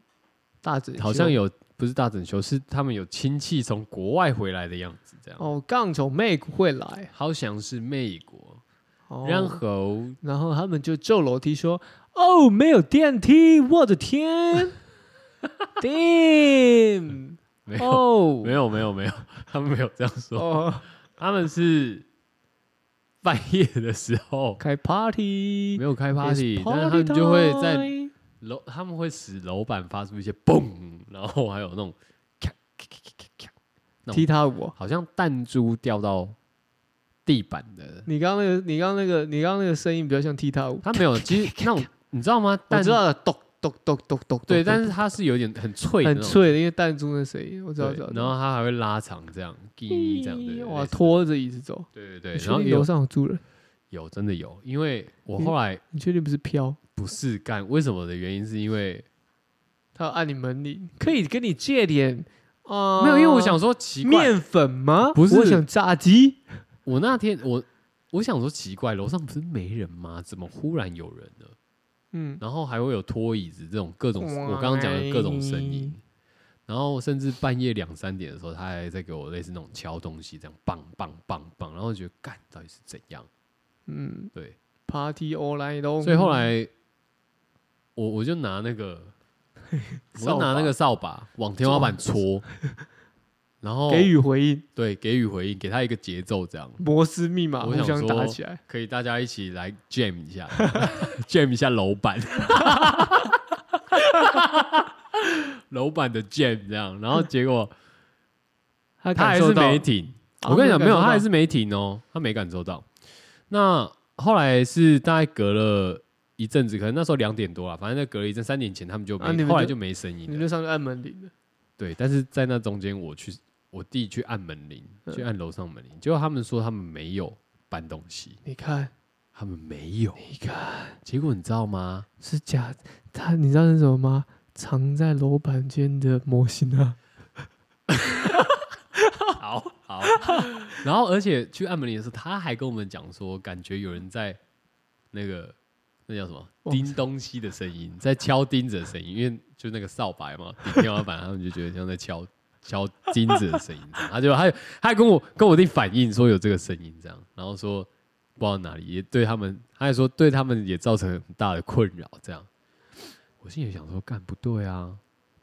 Speaker 2: 大整
Speaker 1: 好像有不是大整修，是他们有亲戚从国外回来的样子，这样、
Speaker 2: 哦，杠总妹会来，
Speaker 1: 好像是美国，
Speaker 2: 哦、
Speaker 1: 然后
Speaker 2: 然后他们就旧楼梯说：“哦，没有电梯，我 的天，damn，
Speaker 1: 没有、
Speaker 2: 哦，
Speaker 1: 没有没有没有，他们没有这样说，
Speaker 2: 哦，
Speaker 1: 他们是半夜的时候
Speaker 2: 开 party，
Speaker 1: 没有开 party，
Speaker 2: It's
Speaker 1: 但是他们就会
Speaker 2: party
Speaker 1: 在
Speaker 2: time
Speaker 1: 楼，他们会使楼板发出一些嘣，然后还有那种咔咔咔咔咔咔，那种
Speaker 2: 踢踏舞哦。
Speaker 1: 好像弹珠掉到地板的。
Speaker 2: 你刚刚那个，你刚刚那个，你刚刚那个声音比较像踢踏舞，
Speaker 1: 他没有，其实那种你知道吗？
Speaker 2: 我
Speaker 1: 弹
Speaker 2: 知道了，咚咚咚咚咚，
Speaker 1: 对，
Speaker 2: 咚
Speaker 1: 但是它是有点很脆的那
Speaker 2: 很
Speaker 1: 种，
Speaker 2: 脆的，因为弹珠那声音，我知道，
Speaker 1: 对，
Speaker 2: 知道。
Speaker 1: 然后它还会拉长这样，滴这样
Speaker 2: 咦
Speaker 1: 对，
Speaker 2: 哇，
Speaker 1: 类似
Speaker 2: 拖着椅子走。
Speaker 1: 对对对，
Speaker 2: 你
Speaker 1: 然
Speaker 2: 确
Speaker 1: 后
Speaker 2: 定
Speaker 1: 也有
Speaker 2: 楼上有住人？
Speaker 1: 有真的有，因为我后来
Speaker 2: 你确定不是飘？
Speaker 1: 不是干为什么的原因，是因为
Speaker 2: 他要按你门铃，可以跟你借点啊、呃
Speaker 1: 没有，因为我想说奇怪，
Speaker 2: 面粉吗？
Speaker 1: 不是
Speaker 2: 我想炸鸡。
Speaker 1: 我那天我我想说奇怪，楼上不是没人吗？怎么忽然有人了？
Speaker 2: 嗯，
Speaker 1: 然后还会有拖椅子这种各种我刚刚讲的各种声音，
Speaker 2: 哎
Speaker 1: 然后甚至半夜两三点的时候，他还在给我类似那种敲东西，这样棒棒棒棒，然后我觉得干到底是怎样？
Speaker 2: 嗯
Speaker 1: 对，
Speaker 2: ，Party all night long。
Speaker 1: 所以后来我我就拿那 个，我就拿那个扫把往天花板戳，然后
Speaker 2: 给予回应，
Speaker 1: 对给予回应，给他一个节奏，这样
Speaker 2: 摩斯密码
Speaker 1: 我
Speaker 2: 互
Speaker 1: 想
Speaker 2: 相打
Speaker 1: 说
Speaker 2: 起来。
Speaker 1: 可以大家一起来 jam 一下 ，jam 一下楼板，楼板的 jam 这样，然后结 果
Speaker 2: 他
Speaker 1: 他
Speaker 2: 感
Speaker 1: 还
Speaker 2: 受
Speaker 1: 是
Speaker 2: 到
Speaker 1: 没停。
Speaker 2: 啊
Speaker 1: 我跟你讲，
Speaker 2: 没
Speaker 1: 没有，
Speaker 2: 有感受
Speaker 1: 他还
Speaker 2: 到
Speaker 1: 是没停哦，他没感受到。那后来是大概隔了一阵子，可能那时候两点多了，反正那隔了一阵，三点前他们就没，
Speaker 2: 啊你们就
Speaker 1: 后来就没声音
Speaker 2: 你
Speaker 1: 了。
Speaker 2: 就上去按门铃了。
Speaker 1: 对，但是在那中间，我去我弟去按门铃，
Speaker 2: 嗯
Speaker 1: 去按楼上门铃，结果他们说他们没有搬东西，
Speaker 2: 你看，
Speaker 1: 他们没有。
Speaker 2: 你看，
Speaker 1: 结果你知道吗？
Speaker 2: 是假，他你知道是什么吗？藏在楼板间的模型啊！
Speaker 1: 好好， 然后而且去按门铃的时候，他还跟我们讲说，感觉有人在那个那叫什么
Speaker 2: 忘记
Speaker 1: 钉东西的声音，在敲钉子的声音，因为就那个扫把嘛，顶天花板，他们就觉得像在敲敲钉子的声音这样。他就他就他还跟我跟我弟反映说有这个声音这样，然后说不知道哪里，也对他们，他还说对他们也造成很大的困扰这样。我心里想说，干不对啊，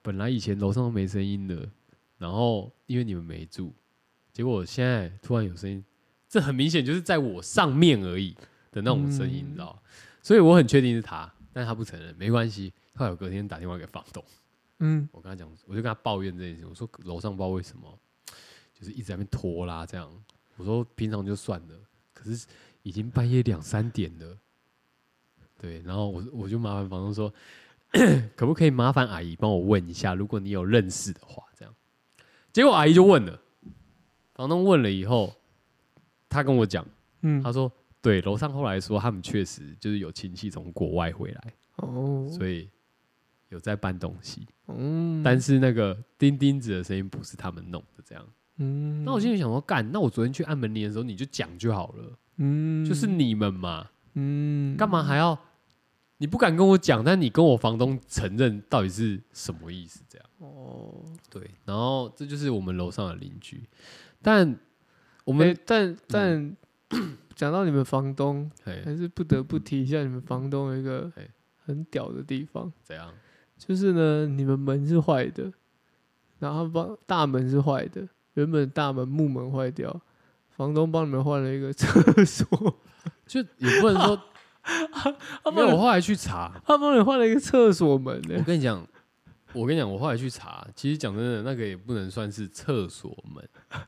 Speaker 1: 本来以前楼上都没声音的，然后因为你们没住，结果现在突然有声音，这很明显就是在我上面而已的那种声音，
Speaker 2: 嗯
Speaker 1: 你知道吗？所以我很确定是他，但是他不承认，没关系。后来我隔天打电话给房东，
Speaker 2: 嗯，
Speaker 1: 我跟他讲，我就跟他抱怨这件事，我说楼上不知道为什么，就是一直在那边拖拉这样。我说平常就算了，可是已经半夜两三点了，对。然后我我就麻烦房东说， 可不可以麻烦阿姨帮我问一下，如果你有认识的话，这样。结果阿姨就问了，房东问了以后，他跟我讲，
Speaker 2: 嗯，
Speaker 1: 他说对，楼上后来说他们确实就是有亲戚从国外回来，
Speaker 2: 哦，
Speaker 1: 所以有在搬东西。
Speaker 2: 嗯，
Speaker 1: 但是那个钉钉子的声音不是他们弄的，这样。
Speaker 2: 嗯，
Speaker 1: 那我心里想说，干，那我昨天去按门铃的时候你就讲就好了，
Speaker 2: 嗯，
Speaker 1: 就是你们嘛，
Speaker 2: 嗯，
Speaker 1: 干嘛还要？你不敢跟我讲，但你跟我房东承认到底是什么意思？这样
Speaker 2: 哦，
Speaker 1: 对，然后这就是我们楼上的邻居，但我
Speaker 2: 我
Speaker 1: 们嗯
Speaker 2: 但但嗯讲到你们房东，
Speaker 1: 哎、
Speaker 2: 还是不得不提一下你们房东有一个
Speaker 1: 嘿
Speaker 2: 很屌的地方，
Speaker 1: 怎样？
Speaker 2: 就是呢，你们门是坏的，然后他帮大门是坏的，原本大门木门坏掉，房东帮你们换了一个厕所，
Speaker 1: 就也不能 说
Speaker 2: 他
Speaker 1: 没
Speaker 2: 帮
Speaker 1: 有。我
Speaker 2: 你
Speaker 1: 后来去查，
Speaker 2: 他帮你换了一个厕所门呢、
Speaker 1: 我跟你讲，我跟你讲，我后来去查，其实讲真的，那个也不能算是厕所门，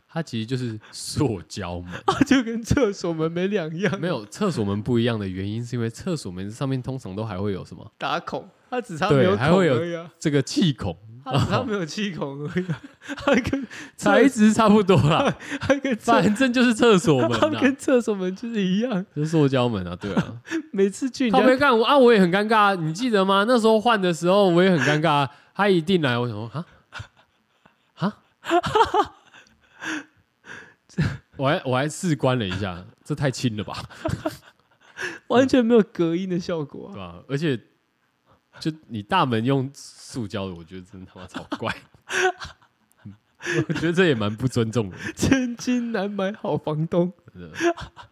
Speaker 1: 它其实就是塑胶门。
Speaker 2: 他就跟厕所门没两样，
Speaker 1: 哦没有厕所门不一样的原因，是因为厕所门上面通常都还会有什么
Speaker 2: 打孔，他只差
Speaker 1: 对
Speaker 2: 没有
Speaker 1: 还
Speaker 2: 孔
Speaker 1: 会有哦
Speaker 2: 而已啊，
Speaker 1: 这个气孔，
Speaker 2: 他只差没有气孔而已、啊， 他跟
Speaker 1: 材质差不多啦，
Speaker 2: 他跟 厕
Speaker 1: 反正就是厕所门
Speaker 2: 他
Speaker 1: 啊
Speaker 2: 跟，厕所门就是一样，
Speaker 1: 就是塑胶门啊，对啊。
Speaker 2: 每次去
Speaker 1: 他
Speaker 2: 人
Speaker 1: 没
Speaker 2: 家
Speaker 1: 干我啊，我也很尴尬啊，你记得吗？那时候换的时候我也很尴尬啊，他一定来，我想说啊啊， 我还我还试关了一下，这太轻了吧，
Speaker 2: 完全没有隔音的效果
Speaker 1: 对
Speaker 2: 啊，
Speaker 1: 吧、而且就你大门用塑胶的，我觉得真他妈超怪。 嗯我觉得这也蛮不尊重人
Speaker 2: 千金难买好房东。
Speaker 1: 的。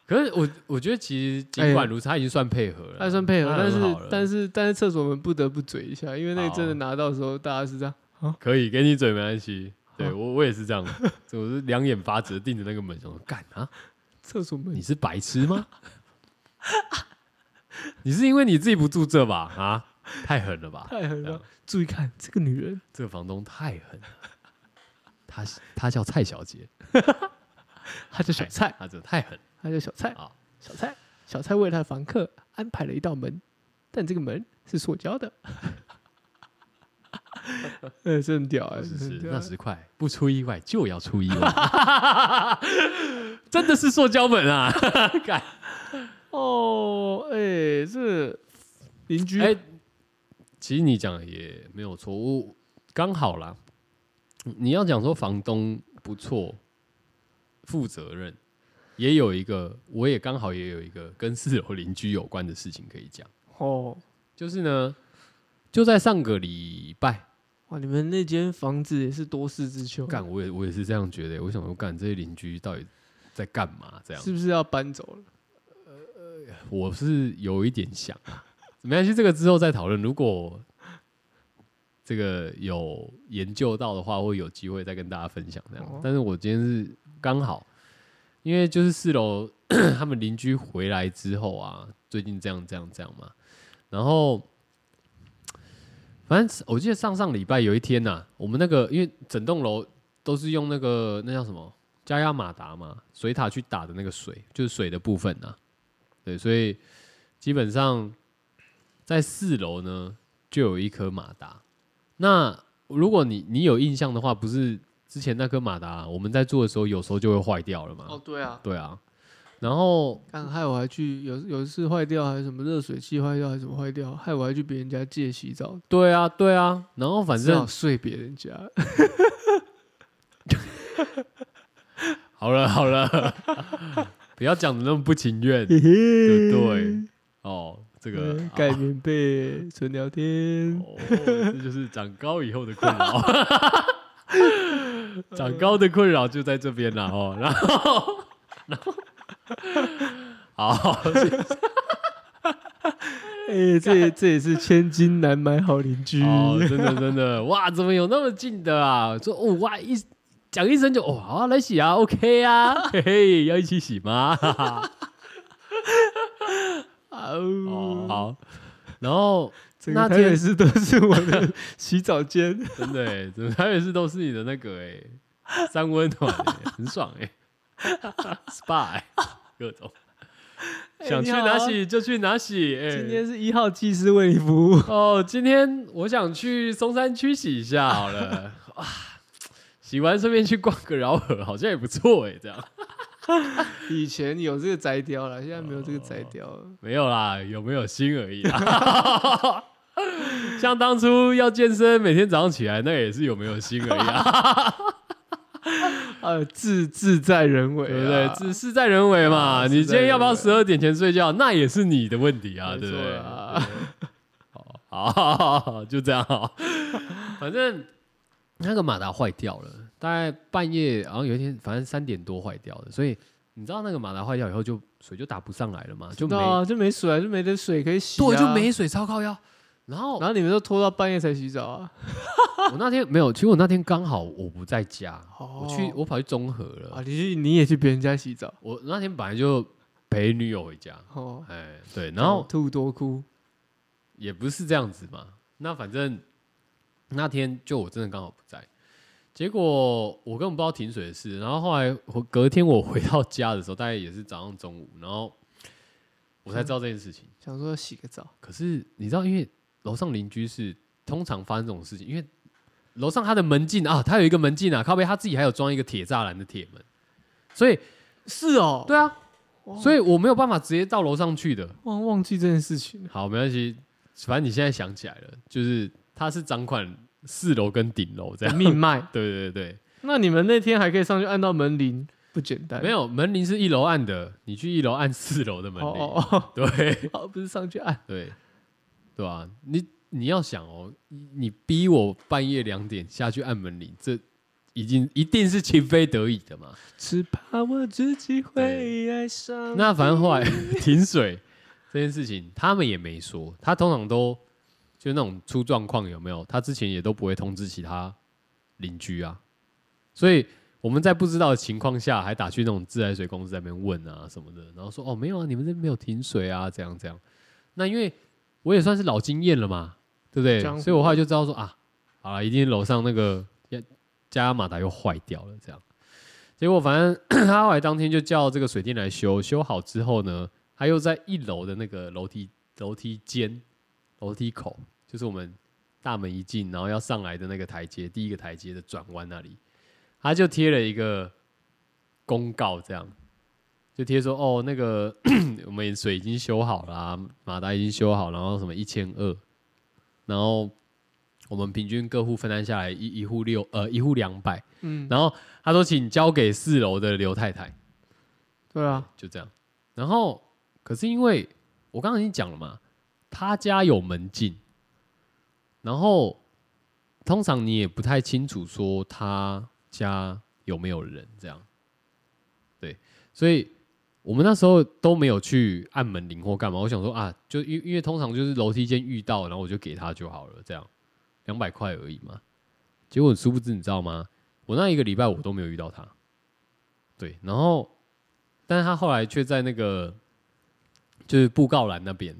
Speaker 1: 可是我我觉得其实尽管如此，他已经算配合了，
Speaker 2: 哎他算配合，但
Speaker 1: 很好
Speaker 2: 是
Speaker 1: 了
Speaker 2: 但是但是厕所门不得不嘴一下，因为那个真的拿到的时候，大家是这样，
Speaker 1: 可以给你嘴没关系。对
Speaker 2: 好
Speaker 1: 我我也是这样， 我是两眼发直地盯着那个门，想说干啊，
Speaker 2: 厕所门
Speaker 1: 你是白痴吗？ 你是因为你自己不住这吧？啊，太狠了吧！
Speaker 2: 太狠
Speaker 1: 这
Speaker 2: 了
Speaker 1: 样。
Speaker 2: 注意看这个女人，
Speaker 1: 这个房东太狠了，他他叫蔡小姐，哎
Speaker 2: 她叫小蔡，
Speaker 1: 他真的太狠啊了。
Speaker 2: 她叫小蔡
Speaker 1: 好，
Speaker 2: 小蔡，小蔡为了她的房客安排了一道门，但这个门是塑 胶的。呃，真屌哎、
Speaker 1: 二十
Speaker 2: 真
Speaker 1: 是
Speaker 2: 屌
Speaker 1: 那十块，不出意外就要出意外， 真的是塑胶本啊！ 干
Speaker 2: 哦，哎、这邻居，
Speaker 1: 哎、其实你讲的也没有错，我刚好啦。你要讲说房东不错，负责任，也有一个，我也刚好也有一个跟四楼邻居有关的事情可以讲，
Speaker 2: 哦，
Speaker 1: 就是呢，就在上个礼拜，
Speaker 2: 哇，你们那间房子也是多事之秋，
Speaker 1: 干我也我也是这样觉得，我想说干这些邻居到底在干嘛这样？
Speaker 2: 是不是要搬走了？
Speaker 1: 我是有一点想，啊没关系，这个之后再讨论。如果这个有研究到的话，或有机会再跟大家分享这
Speaker 2: 哦
Speaker 1: 样。但是我今天是刚好，因为就是四楼 他们邻居回来之后啊，最近这样这样这样嘛，然后。反正我记得上上礼拜有一天呐、我们那个因为整栋楼都是用那个那叫什么加压马达嘛，水塔去打的那个水，就是水的部分呐、啊对，所以基本上在四楼呢就有一颗马达。那如果你你有印象的话，不是之前那颗马达我们在做的时候，有时候就会坏掉了嘛？
Speaker 2: 哦，对啊，
Speaker 1: 对啊。然后
Speaker 2: 刚害我还去有有一次坏掉，还是什么热水器坏掉，还是什么坏掉，害我还去别人家借洗澡，
Speaker 1: 对啊，对啊，然后反
Speaker 2: 只
Speaker 1: 正
Speaker 2: 好睡别人家。
Speaker 1: 好了好了，不要讲的那么不情愿， 对不对？哦，这个
Speaker 2: 嗯
Speaker 1: 啊
Speaker 2: 哎盖棉被，纯聊天。
Speaker 1: 哦，这就是长高以后的困扰。 长高的困扰就在这边了哦，然后，然后，好，
Speaker 2: 哎，这也这也是千金难买好邻居。
Speaker 1: 哦，真的真的，哇，怎么有那么近的啊？说哦哇一讲一声就哦好啊来洗啊，OK 啊，嘿嘿，要一起洗吗？ 哈哈哦
Speaker 2: 哦，
Speaker 1: 好，然后
Speaker 2: 整
Speaker 1: 那
Speaker 2: 个台
Speaker 1: 天
Speaker 2: 北市都是我的洗 澡间。
Speaker 1: 真的哎，整个台北市都是你的那个哎，三温暖哎，很爽哎，SPA 哎，各种。
Speaker 2: 哎
Speaker 1: 想
Speaker 2: 你
Speaker 1: 去
Speaker 2: 好
Speaker 1: 哪
Speaker 2: 啊
Speaker 1: 洗就去哪洗。哎、
Speaker 2: 今天是一号技师为你服务。
Speaker 1: 哦，今天我想去松山区洗一下好了。哇，洗完顺便去逛个饶河，好像也不错哎。这样
Speaker 2: 以前有这个摘雕了，现在没有这个
Speaker 1: 哦
Speaker 2: 摘雕了。
Speaker 1: 没有啦，有没有心而已啦。 像当初要健身，每天早上起来，那也是有没有心而已啊，
Speaker 2: 呃，志志在人为、啊，
Speaker 1: 对不对？只事在人为嘛。
Speaker 2: 啊
Speaker 1: 你
Speaker 2: 事
Speaker 1: 今
Speaker 2: 在
Speaker 1: 天要不要
Speaker 2: 人
Speaker 1: 十
Speaker 2: 为
Speaker 1: 二点前睡觉，那也是你的问题啊，
Speaker 2: 没
Speaker 1: 对不
Speaker 2: 错
Speaker 1: 对？
Speaker 2: 啊
Speaker 1: 好好好好， 就这样好。反正那个马达坏掉了，大概半夜，然后有一天，反正三点多坏掉的，所以你知道那个马达坏掉以后就，水就打不上来了嘛，就
Speaker 2: 就
Speaker 1: 没、
Speaker 2: 啊，就没水啊，就没得水可以洗、啊，
Speaker 1: 对，就没。水，超靠腰。然后
Speaker 2: 然后你们都拖到半夜才洗澡啊？
Speaker 1: 我那天没有，其实我那天刚好我不在家，
Speaker 2: 哦
Speaker 1: 我去我跑去中和了。
Speaker 2: 啊，你去你也去别人家洗澡
Speaker 1: 我那天本来就陪女友回家，
Speaker 2: 哦，
Speaker 1: 哎，对，然后
Speaker 2: 吐多哭，
Speaker 1: 也不是这样子嘛。那反正那天就我真的刚好不在，结果我根本不知道停水的事。然后后来我隔天我回到家的时候，大概也是早上中午，然后我才知道这件事情。
Speaker 2: 想说洗个澡，
Speaker 1: 可是你知道，因为楼上邻居是通常发生这种事情，因为楼上他的门禁啊，他有一个门禁啊，靠背他自己还有装一个铁栅栏的铁门，所以
Speaker 2: 是哦，
Speaker 1: 对啊，
Speaker 2: 对
Speaker 1: 所以我没有办法直接到楼上去的。
Speaker 2: 忘忘记这件事情了。
Speaker 1: 好，没关系，反正你现在想起来了，就是它是掌管四楼跟顶楼这样。
Speaker 2: 命脉，
Speaker 1: 对对对
Speaker 2: 那你们那天还可以上去按到门铃，不简单。哦
Speaker 1: 对，没有门铃是一楼按的，你去一楼按四楼的门铃。
Speaker 2: 哦哦
Speaker 1: 对
Speaker 2: 哦，哦，不是上去按，
Speaker 1: 对对啊，你你要想哦，你你逼我半夜两点下去按门铃，这已经一定是情非得已的嘛。
Speaker 2: 只怕我自己会爱上。
Speaker 1: 那反正后来 停水这件事情，他们也没说，他通常都就那种出状况有没有，他之前也都不会通知其他邻居啊，所以我们在不知道的情况下，还打去那种自来水公司那边问啊什么的，然后说哦没有啊，你们这边没有停水啊，这样这样。那因为我也算是老经验了嘛，对不对
Speaker 2: 江？湖
Speaker 1: 所以我后来就知道说啊，好了，一定楼上那个加加压马达又坏掉了，这样。结果反正 他后来当天就叫这个水电来修，修好之后呢，他又在一楼的那个楼梯楼梯间、楼梯口，就是我们大门一进，然后要上来的那个台阶，第一个台阶的转弯那里，他就贴了一个公告，这样就贴说哦，那个 我们水已经修好啦、马达已经修好，然后什么一千二，然后我们平均各户分担下来一一户六呃一户两百，
Speaker 2: 嗯，
Speaker 1: 然后他说请交给四楼的刘太太，
Speaker 2: 对啊，
Speaker 1: 就这样。然后可是因为我刚刚已经讲了嘛，他家有门禁，然后通常你也不太清楚说他家有没有人这样，对，所以我们那时候都没有去按门铃或干嘛。我想说啊，就因因为通常就是楼梯间遇到，然后我就给他就好了，这样两百块而已嘛。结果殊不知你知道吗？我那一个礼拜我都没有遇到他，对，然后但是他后来却在那个就是布告栏那边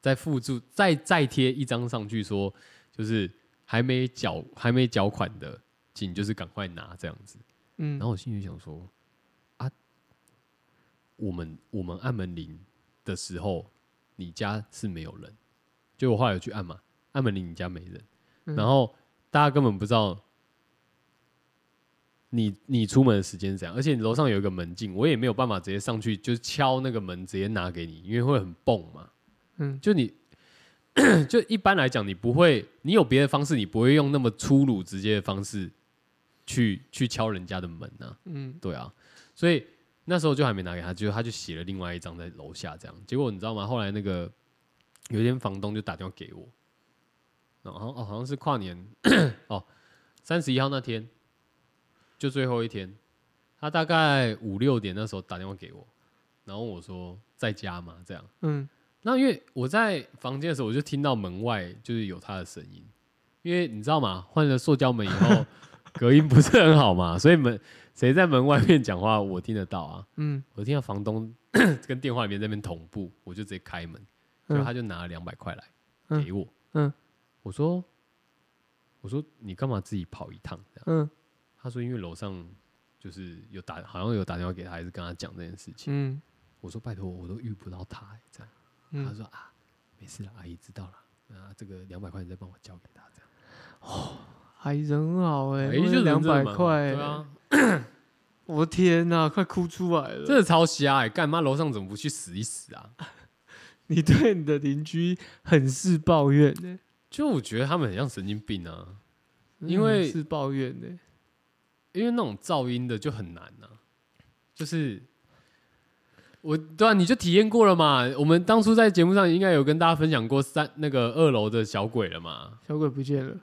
Speaker 1: 再附注再再贴一张上去说，就是还没缴还没缴款的，请就是赶快拿这样子。
Speaker 2: 嗯
Speaker 1: 然，后我心里想说啊，我们我们按门铃的时候，你家是没有人。就我后来有去按嘛，按门铃，你家没人，
Speaker 2: 嗯
Speaker 1: 然后大家根本不知道你你出门的时间是怎样，而且你楼上有一个门禁，我也没有办法直接上去，就是敲那个门直接拿给你，因为会很蹦嘛。
Speaker 2: 嗯
Speaker 1: 就你 就一般来讲，你不会，你有别的方式，你不会用那么粗鲁直接的方式去去敲人家的门啊。
Speaker 2: 嗯
Speaker 1: 对啊，所以那时候就还没拿给他，就他就写了另外一张在楼下这样。结果你知道吗？后来那个有一天房东就打电话给我，然后好像哦好像是跨年 哦三十一号那天，就最后一天，他大概五六点那时候打电话给我，然后问我说在家吗？这样。
Speaker 2: 嗯
Speaker 1: 那因为我在房间的时候，我就听到门外就是有他的声音，因为你知道吗？换了塑胶门以后，隔音不是很好嘛，所以门谁在门外面讲话，我听得到啊。
Speaker 2: 嗯
Speaker 1: 我听到房东 跟电话里面在那边同步，我就直接开门，
Speaker 2: 嗯
Speaker 1: 然后他就拿了两百块来
Speaker 2: 嗯
Speaker 1: 给我。
Speaker 2: 嗯
Speaker 1: 我说，我说你干嘛自己跑一趟？这样
Speaker 2: 嗯
Speaker 1: 他说因为楼上就是有打，好像有打电话给他，还是跟他讲这件事情。
Speaker 2: 嗯
Speaker 1: 我说拜托，我都遇不到他、欸这样。他
Speaker 2: 嗯，
Speaker 1: 说啊，没事了，阿姨知道了，啊，这个两百块你再帮我交给他，这样。
Speaker 2: 阿姨人很好哎，
Speaker 1: 就
Speaker 2: 两
Speaker 1: 人真的蛮
Speaker 2: 百
Speaker 1: 好
Speaker 2: 块，欸
Speaker 1: 对，啊，
Speaker 2: 我的天哪，快哭出来了
Speaker 1: 真。的超瞎哎、干嘛楼上怎么不去死一死啊？
Speaker 2: 你对你的邻居很是抱怨呢、
Speaker 1: 就我觉得他们很像神经病啊，因为
Speaker 2: 很是抱怨呢、
Speaker 1: 因为那种噪音的就很难啊，就是。我对啊，你就体验过了嘛？我们当初在节目上应该有跟大家分享过三那个二楼的小鬼了嘛？
Speaker 2: 小鬼不见了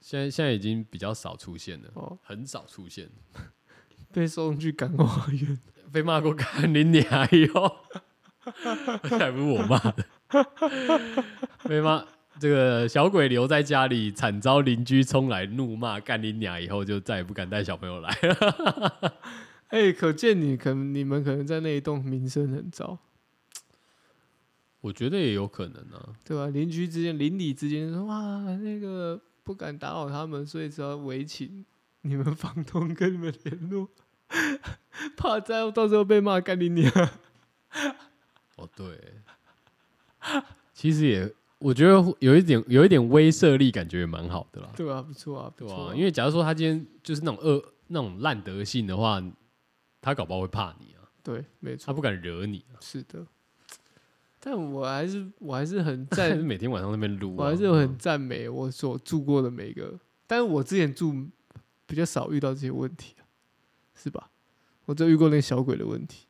Speaker 1: 现在现在已经比较少出现了，
Speaker 2: 哦，
Speaker 1: 很少出现，
Speaker 2: 被送去感化院。
Speaker 1: 被骂过干你娘哟，而哦 且还不是我骂的，被骂这个小鬼留在家里，惨遭邻居冲来怒骂干你娘，以后就再也不敢带小朋友来。
Speaker 2: 哎、可见你可能你们可能在那一栋名声很糟，
Speaker 1: 我觉得也有可能啊，
Speaker 2: 对吧、邻居之间、邻里之间说哇，那个不敢打扰他们，所以只要围寝。你们房东跟你们联络， 怕再到时候被骂干你娘。
Speaker 1: 哦对，其实也我觉得有一点有一点威慑力，感觉也蛮好的啦，
Speaker 2: 对啊，不错啊，不
Speaker 1: 对
Speaker 2: 错、
Speaker 1: 啊，因为假如说他今天就是那种恶那种烂德性的话，他搞不好会怕你啊，
Speaker 2: 对，没错
Speaker 1: 他。不敢惹你啊，
Speaker 2: 是的，但我还是我还是很
Speaker 1: 但
Speaker 2: 赞
Speaker 1: 是，每天晚上在那边撸、啊，
Speaker 2: 我还是很赞美我所住过的每一个。但是我之前住比较少遇到这些问题、啊，是吧？我只有遇过那个小鬼的问题。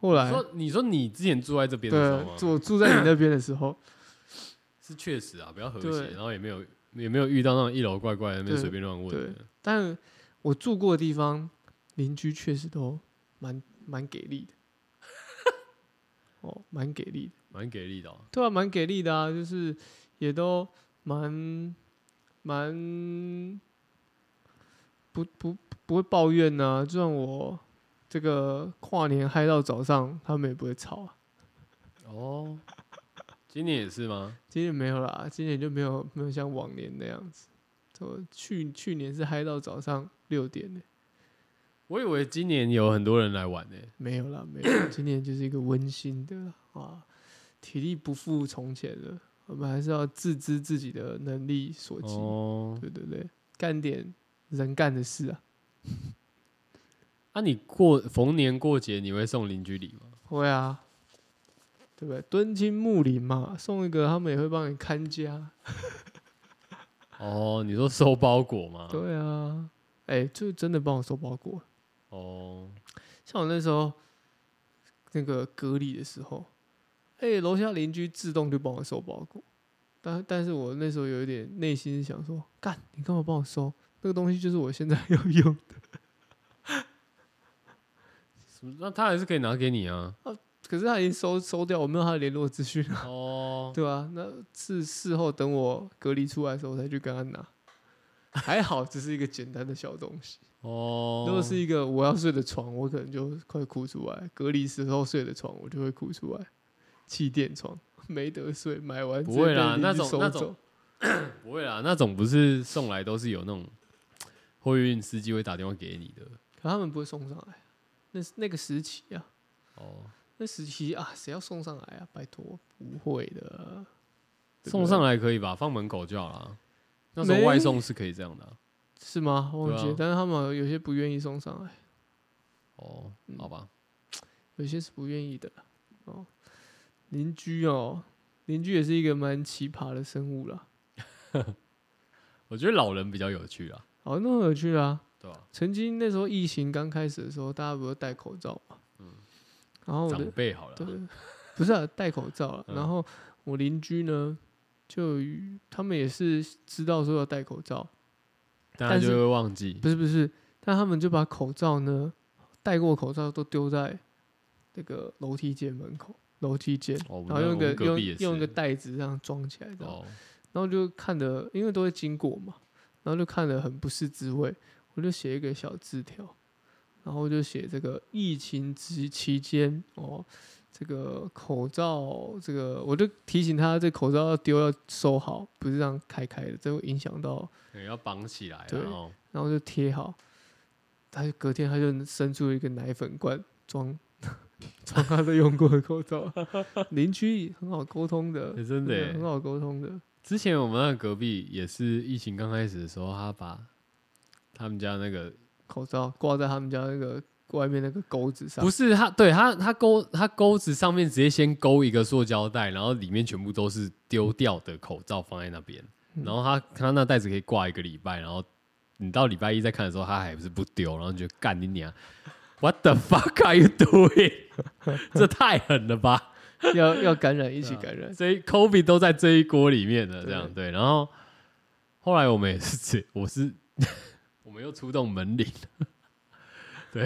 Speaker 2: 后来，
Speaker 1: 说你说你之前住在这边的
Speaker 2: 对，
Speaker 1: 时候吗？
Speaker 2: 我住在你那边的时候，
Speaker 1: 是确实啊，比较和
Speaker 2: 对
Speaker 1: 谐，然后也没有也没有遇到那种一楼怪怪在那边
Speaker 2: 对
Speaker 1: 随便乱问
Speaker 2: 对
Speaker 1: 的。
Speaker 2: 但我住过的地方，邻居确实都蛮蛮给力的。哦，蛮给力的。
Speaker 1: 蛮给力的、哦。
Speaker 2: 对啊，蛮给力的啊，就是也都蛮蛮不不不会抱怨呐、就算我这个跨年嗨到早上，他们也不会吵啊。
Speaker 1: 哦，今年也是吗？
Speaker 2: 今年没有啦，今年就没有没有像往年那样子。我去去年是嗨到早上六点呢、
Speaker 1: 我以为今年有很多人来玩呢、
Speaker 2: 没有啦，没有，今年就是一个温馨的啊，体力不复从前了，我们还是要自知自己的能力所及。
Speaker 1: 哦，
Speaker 2: 对对对，干点人干的事啊，
Speaker 1: 啊，你过逢年过节你会送邻居礼吗？
Speaker 2: 会啊，对不对？敦亲睦邻嘛，送一个他们也会帮你看家，
Speaker 1: 哦，你说收包裹吗？
Speaker 2: 对啊，哎，就真的帮我收包裹。
Speaker 1: 哦，
Speaker 2: 像我那时候那个隔离的时候，哎，楼下邻居自动就帮我收包裹，但但是我那时候有一点内心想说，干，你干嘛帮我收？那个东西就是我现在 要用，
Speaker 1: 什么那他还是可以拿给你啊。
Speaker 2: 可是他已经收收掉，我没有他的联络资讯啊。
Speaker 1: 哦，
Speaker 2: 对啊，那是事后等我隔离出来的时候，我才去跟他拿。还好，只是一个简单的小东西。
Speaker 1: 哦，
Speaker 2: 如果是一个我要睡的床，我可能就快哭出来；隔离时候睡的床，我就会哭出来。气垫床没得睡，买完
Speaker 1: 不会啦
Speaker 2: 直接被邻居
Speaker 1: 那种
Speaker 2: 收
Speaker 1: 那
Speaker 2: 走
Speaker 1: 种不会啦，那种不是送来都是有那种货运司机会打电话给你的。
Speaker 2: 可他们不会送上来。那是那个时期啊，
Speaker 1: 哦，
Speaker 2: 那时期啊，谁要送上来啊？拜托，不会的。啊对不对
Speaker 1: 送上来可以吧？放门口就好了。那时候外送是可以这样的啊、
Speaker 2: 是吗？忘记
Speaker 1: 对
Speaker 2: 了，
Speaker 1: 啊
Speaker 2: 但是他们有些不愿意送上来，
Speaker 1: 哦，
Speaker 2: 嗯
Speaker 1: 好吧，
Speaker 2: 有些是不愿意的啦哦，邻居哦，邻居也是一个蛮奇葩的生物啦。
Speaker 1: 我觉得老人比较有趣啦，
Speaker 2: 好，哦那很有趣啦。
Speaker 1: 对吧、
Speaker 2: 曾经那时候疫情刚开始的时候，大家不是戴口罩嘛？然后我的
Speaker 1: 嗯长辈好了
Speaker 2: 对
Speaker 1: 啊，，
Speaker 2: 不是、啊、戴口罩了。
Speaker 1: 嗯
Speaker 2: 然后我邻居呢，就他们也是知道说要戴口罩，
Speaker 1: 大家
Speaker 2: 但是
Speaker 1: 就会忘记
Speaker 2: 不是不是，但他们就把口罩呢，戴过口罩都丢在那个楼梯间门口，楼梯间，
Speaker 1: 哦我们
Speaker 2: 然后
Speaker 1: 那
Speaker 2: 用一
Speaker 1: 我
Speaker 2: 个
Speaker 1: 们隔
Speaker 2: 用
Speaker 1: 壁也是
Speaker 2: 用一个袋子这样装起来这样，
Speaker 1: 哦，
Speaker 2: 然后就看的，因为都会经过嘛，然后就看的很不是滋味，我就写一个小字条，然后就写这个疫情之期间哦。这个口罩，这个我就提醒他，这口罩要丢要收好，不是这样开开的，这会影响到
Speaker 1: 对要绑起来啊，
Speaker 2: 对
Speaker 1: 然后
Speaker 2: 然后就贴好。他就隔天他就伸出一个奶粉罐装 装他的用过的口罩， 邻居很好沟通的，
Speaker 1: 欸真的欸
Speaker 2: 很好沟通的。
Speaker 1: 之前我们那个隔壁也是疫情刚开始的时候，他把他们家那个
Speaker 2: 口罩挂在他们家那个外面那个钩子上，
Speaker 1: 不是他，对他他钩他钩子上面直接先勾一个塑胶袋，然后里面全部都是丢掉的口罩放在那边，
Speaker 2: 嗯
Speaker 1: 然后他他那袋子可以挂一个礼拜，然后你到礼拜一再看的时候，他还不是不丢，然后你就干你娘，What the fuck are you doing？这太狠了吧！
Speaker 2: 要要 感染一
Speaker 1: 对
Speaker 2: 起
Speaker 1: 啊
Speaker 2: 感染。
Speaker 1: 这一 Kobe 都在这一锅里面的，这
Speaker 2: 对
Speaker 1: 样对。然后后来我们也是这，我是我们又出动门铃，对，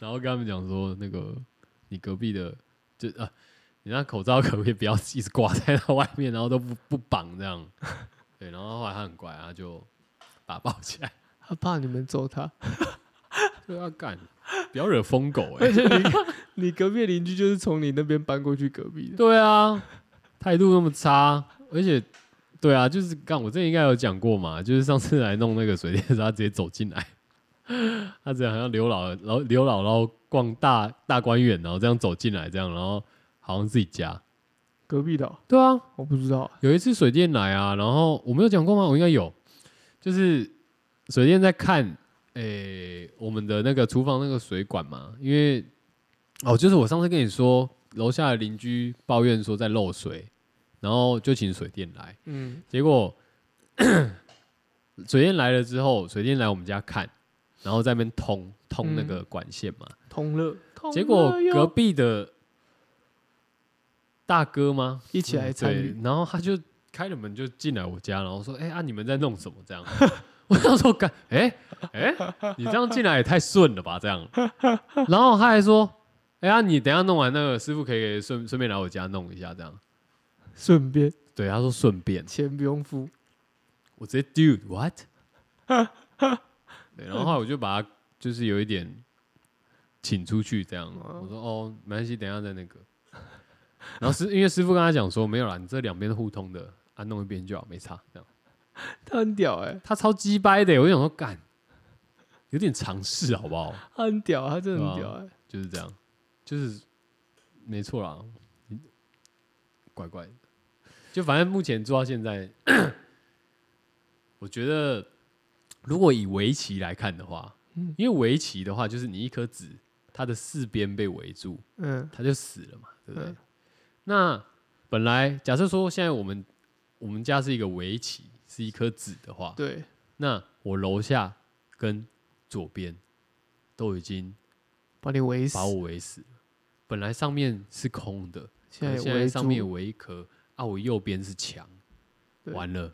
Speaker 1: 然后跟他们讲说，那个你隔壁的就啊，你那口罩可不可以不要一直挂在那外面，然后都不不绑这样？对，然后后来他很乖，他就把它抱起来，
Speaker 2: 他怕你们揍他，
Speaker 1: 对要干，不要惹疯狗哎、
Speaker 2: 而且你你隔壁的邻居就是从你那边搬过去隔壁的。
Speaker 1: 对啊，态度那么差，而且，对啊，就是刚我之前应该有讲过嘛，就是上次来弄那个水电的时候，他直接走进来， 他直接好像刘姥姥刘姥姥逛大大观园，然后这样走进来，这样，然后好像自己家。
Speaker 2: 隔壁的哦、
Speaker 1: 对啊，
Speaker 2: 我不知道啊，
Speaker 1: 有一次水电来啊，然后我没有讲过吗？我应该有，就是水电在看，诶、我们的那个厨房那个水管嘛，因为哦，就是我上次跟你说，楼下的邻居抱怨说在漏水，然后就请水电来，
Speaker 2: 嗯，
Speaker 1: 结果 水电来了之后，水电来我们家看，然后在那边通通那个管线嘛，
Speaker 2: 通了，
Speaker 1: 结果
Speaker 2: 通了哟
Speaker 1: 隔壁的大哥吗？
Speaker 2: 一起来
Speaker 1: 嗯
Speaker 2: 参
Speaker 1: 对
Speaker 2: 与，
Speaker 1: 然后他就开了门就进来我家，然后说：“哎、啊，你们在弄什么？”这样， 我想说：“干，哎、哎、你这样进来也太顺了吧？”这样， 然后他还说：“哎、呀、你等一下弄完那个师傅可以顺顺便来我家弄一下。”这样，
Speaker 2: 顺便
Speaker 1: 对，他说顺便，
Speaker 2: 钱不用付，
Speaker 1: 我直接 dude what？对，然后后来我就把他就是有一点请出去这样，
Speaker 2: 哦
Speaker 1: 我说哦，没关系，等一下再那个。然后师因为师傅跟他讲说没有啦，你这两边互通的，啊弄一边就好，没差。这样
Speaker 2: 他很屌哎、
Speaker 1: 他超鸡掰的耶，我就想说干，有点尝试好不好？
Speaker 2: 他很屌，他真的很
Speaker 1: 对
Speaker 2: 屌
Speaker 1: 啊
Speaker 2: 哎、
Speaker 1: 就是这样，就是没错啦，你怪怪的。就反正目前做到现在， 我觉得如果以围棋来看的话，
Speaker 2: 嗯
Speaker 1: 因为围棋的话，就是你一颗子，它的四边被围住，
Speaker 2: 嗯，
Speaker 1: 它就死了嘛，对不对？
Speaker 2: 嗯
Speaker 1: 那本来假设说现在我们我们家是一个围棋，是一颗子的话，
Speaker 2: 对，
Speaker 1: 那我楼下跟左边都已经
Speaker 2: 把你围死
Speaker 1: 把，我围死了。本来上面是空的，
Speaker 2: 现在
Speaker 1: 可
Speaker 2: 也
Speaker 1: 能现
Speaker 2: 围
Speaker 1: 在
Speaker 2: 住
Speaker 1: 上面有围一颗啊，我右边是墙，
Speaker 2: 对
Speaker 1: 完了，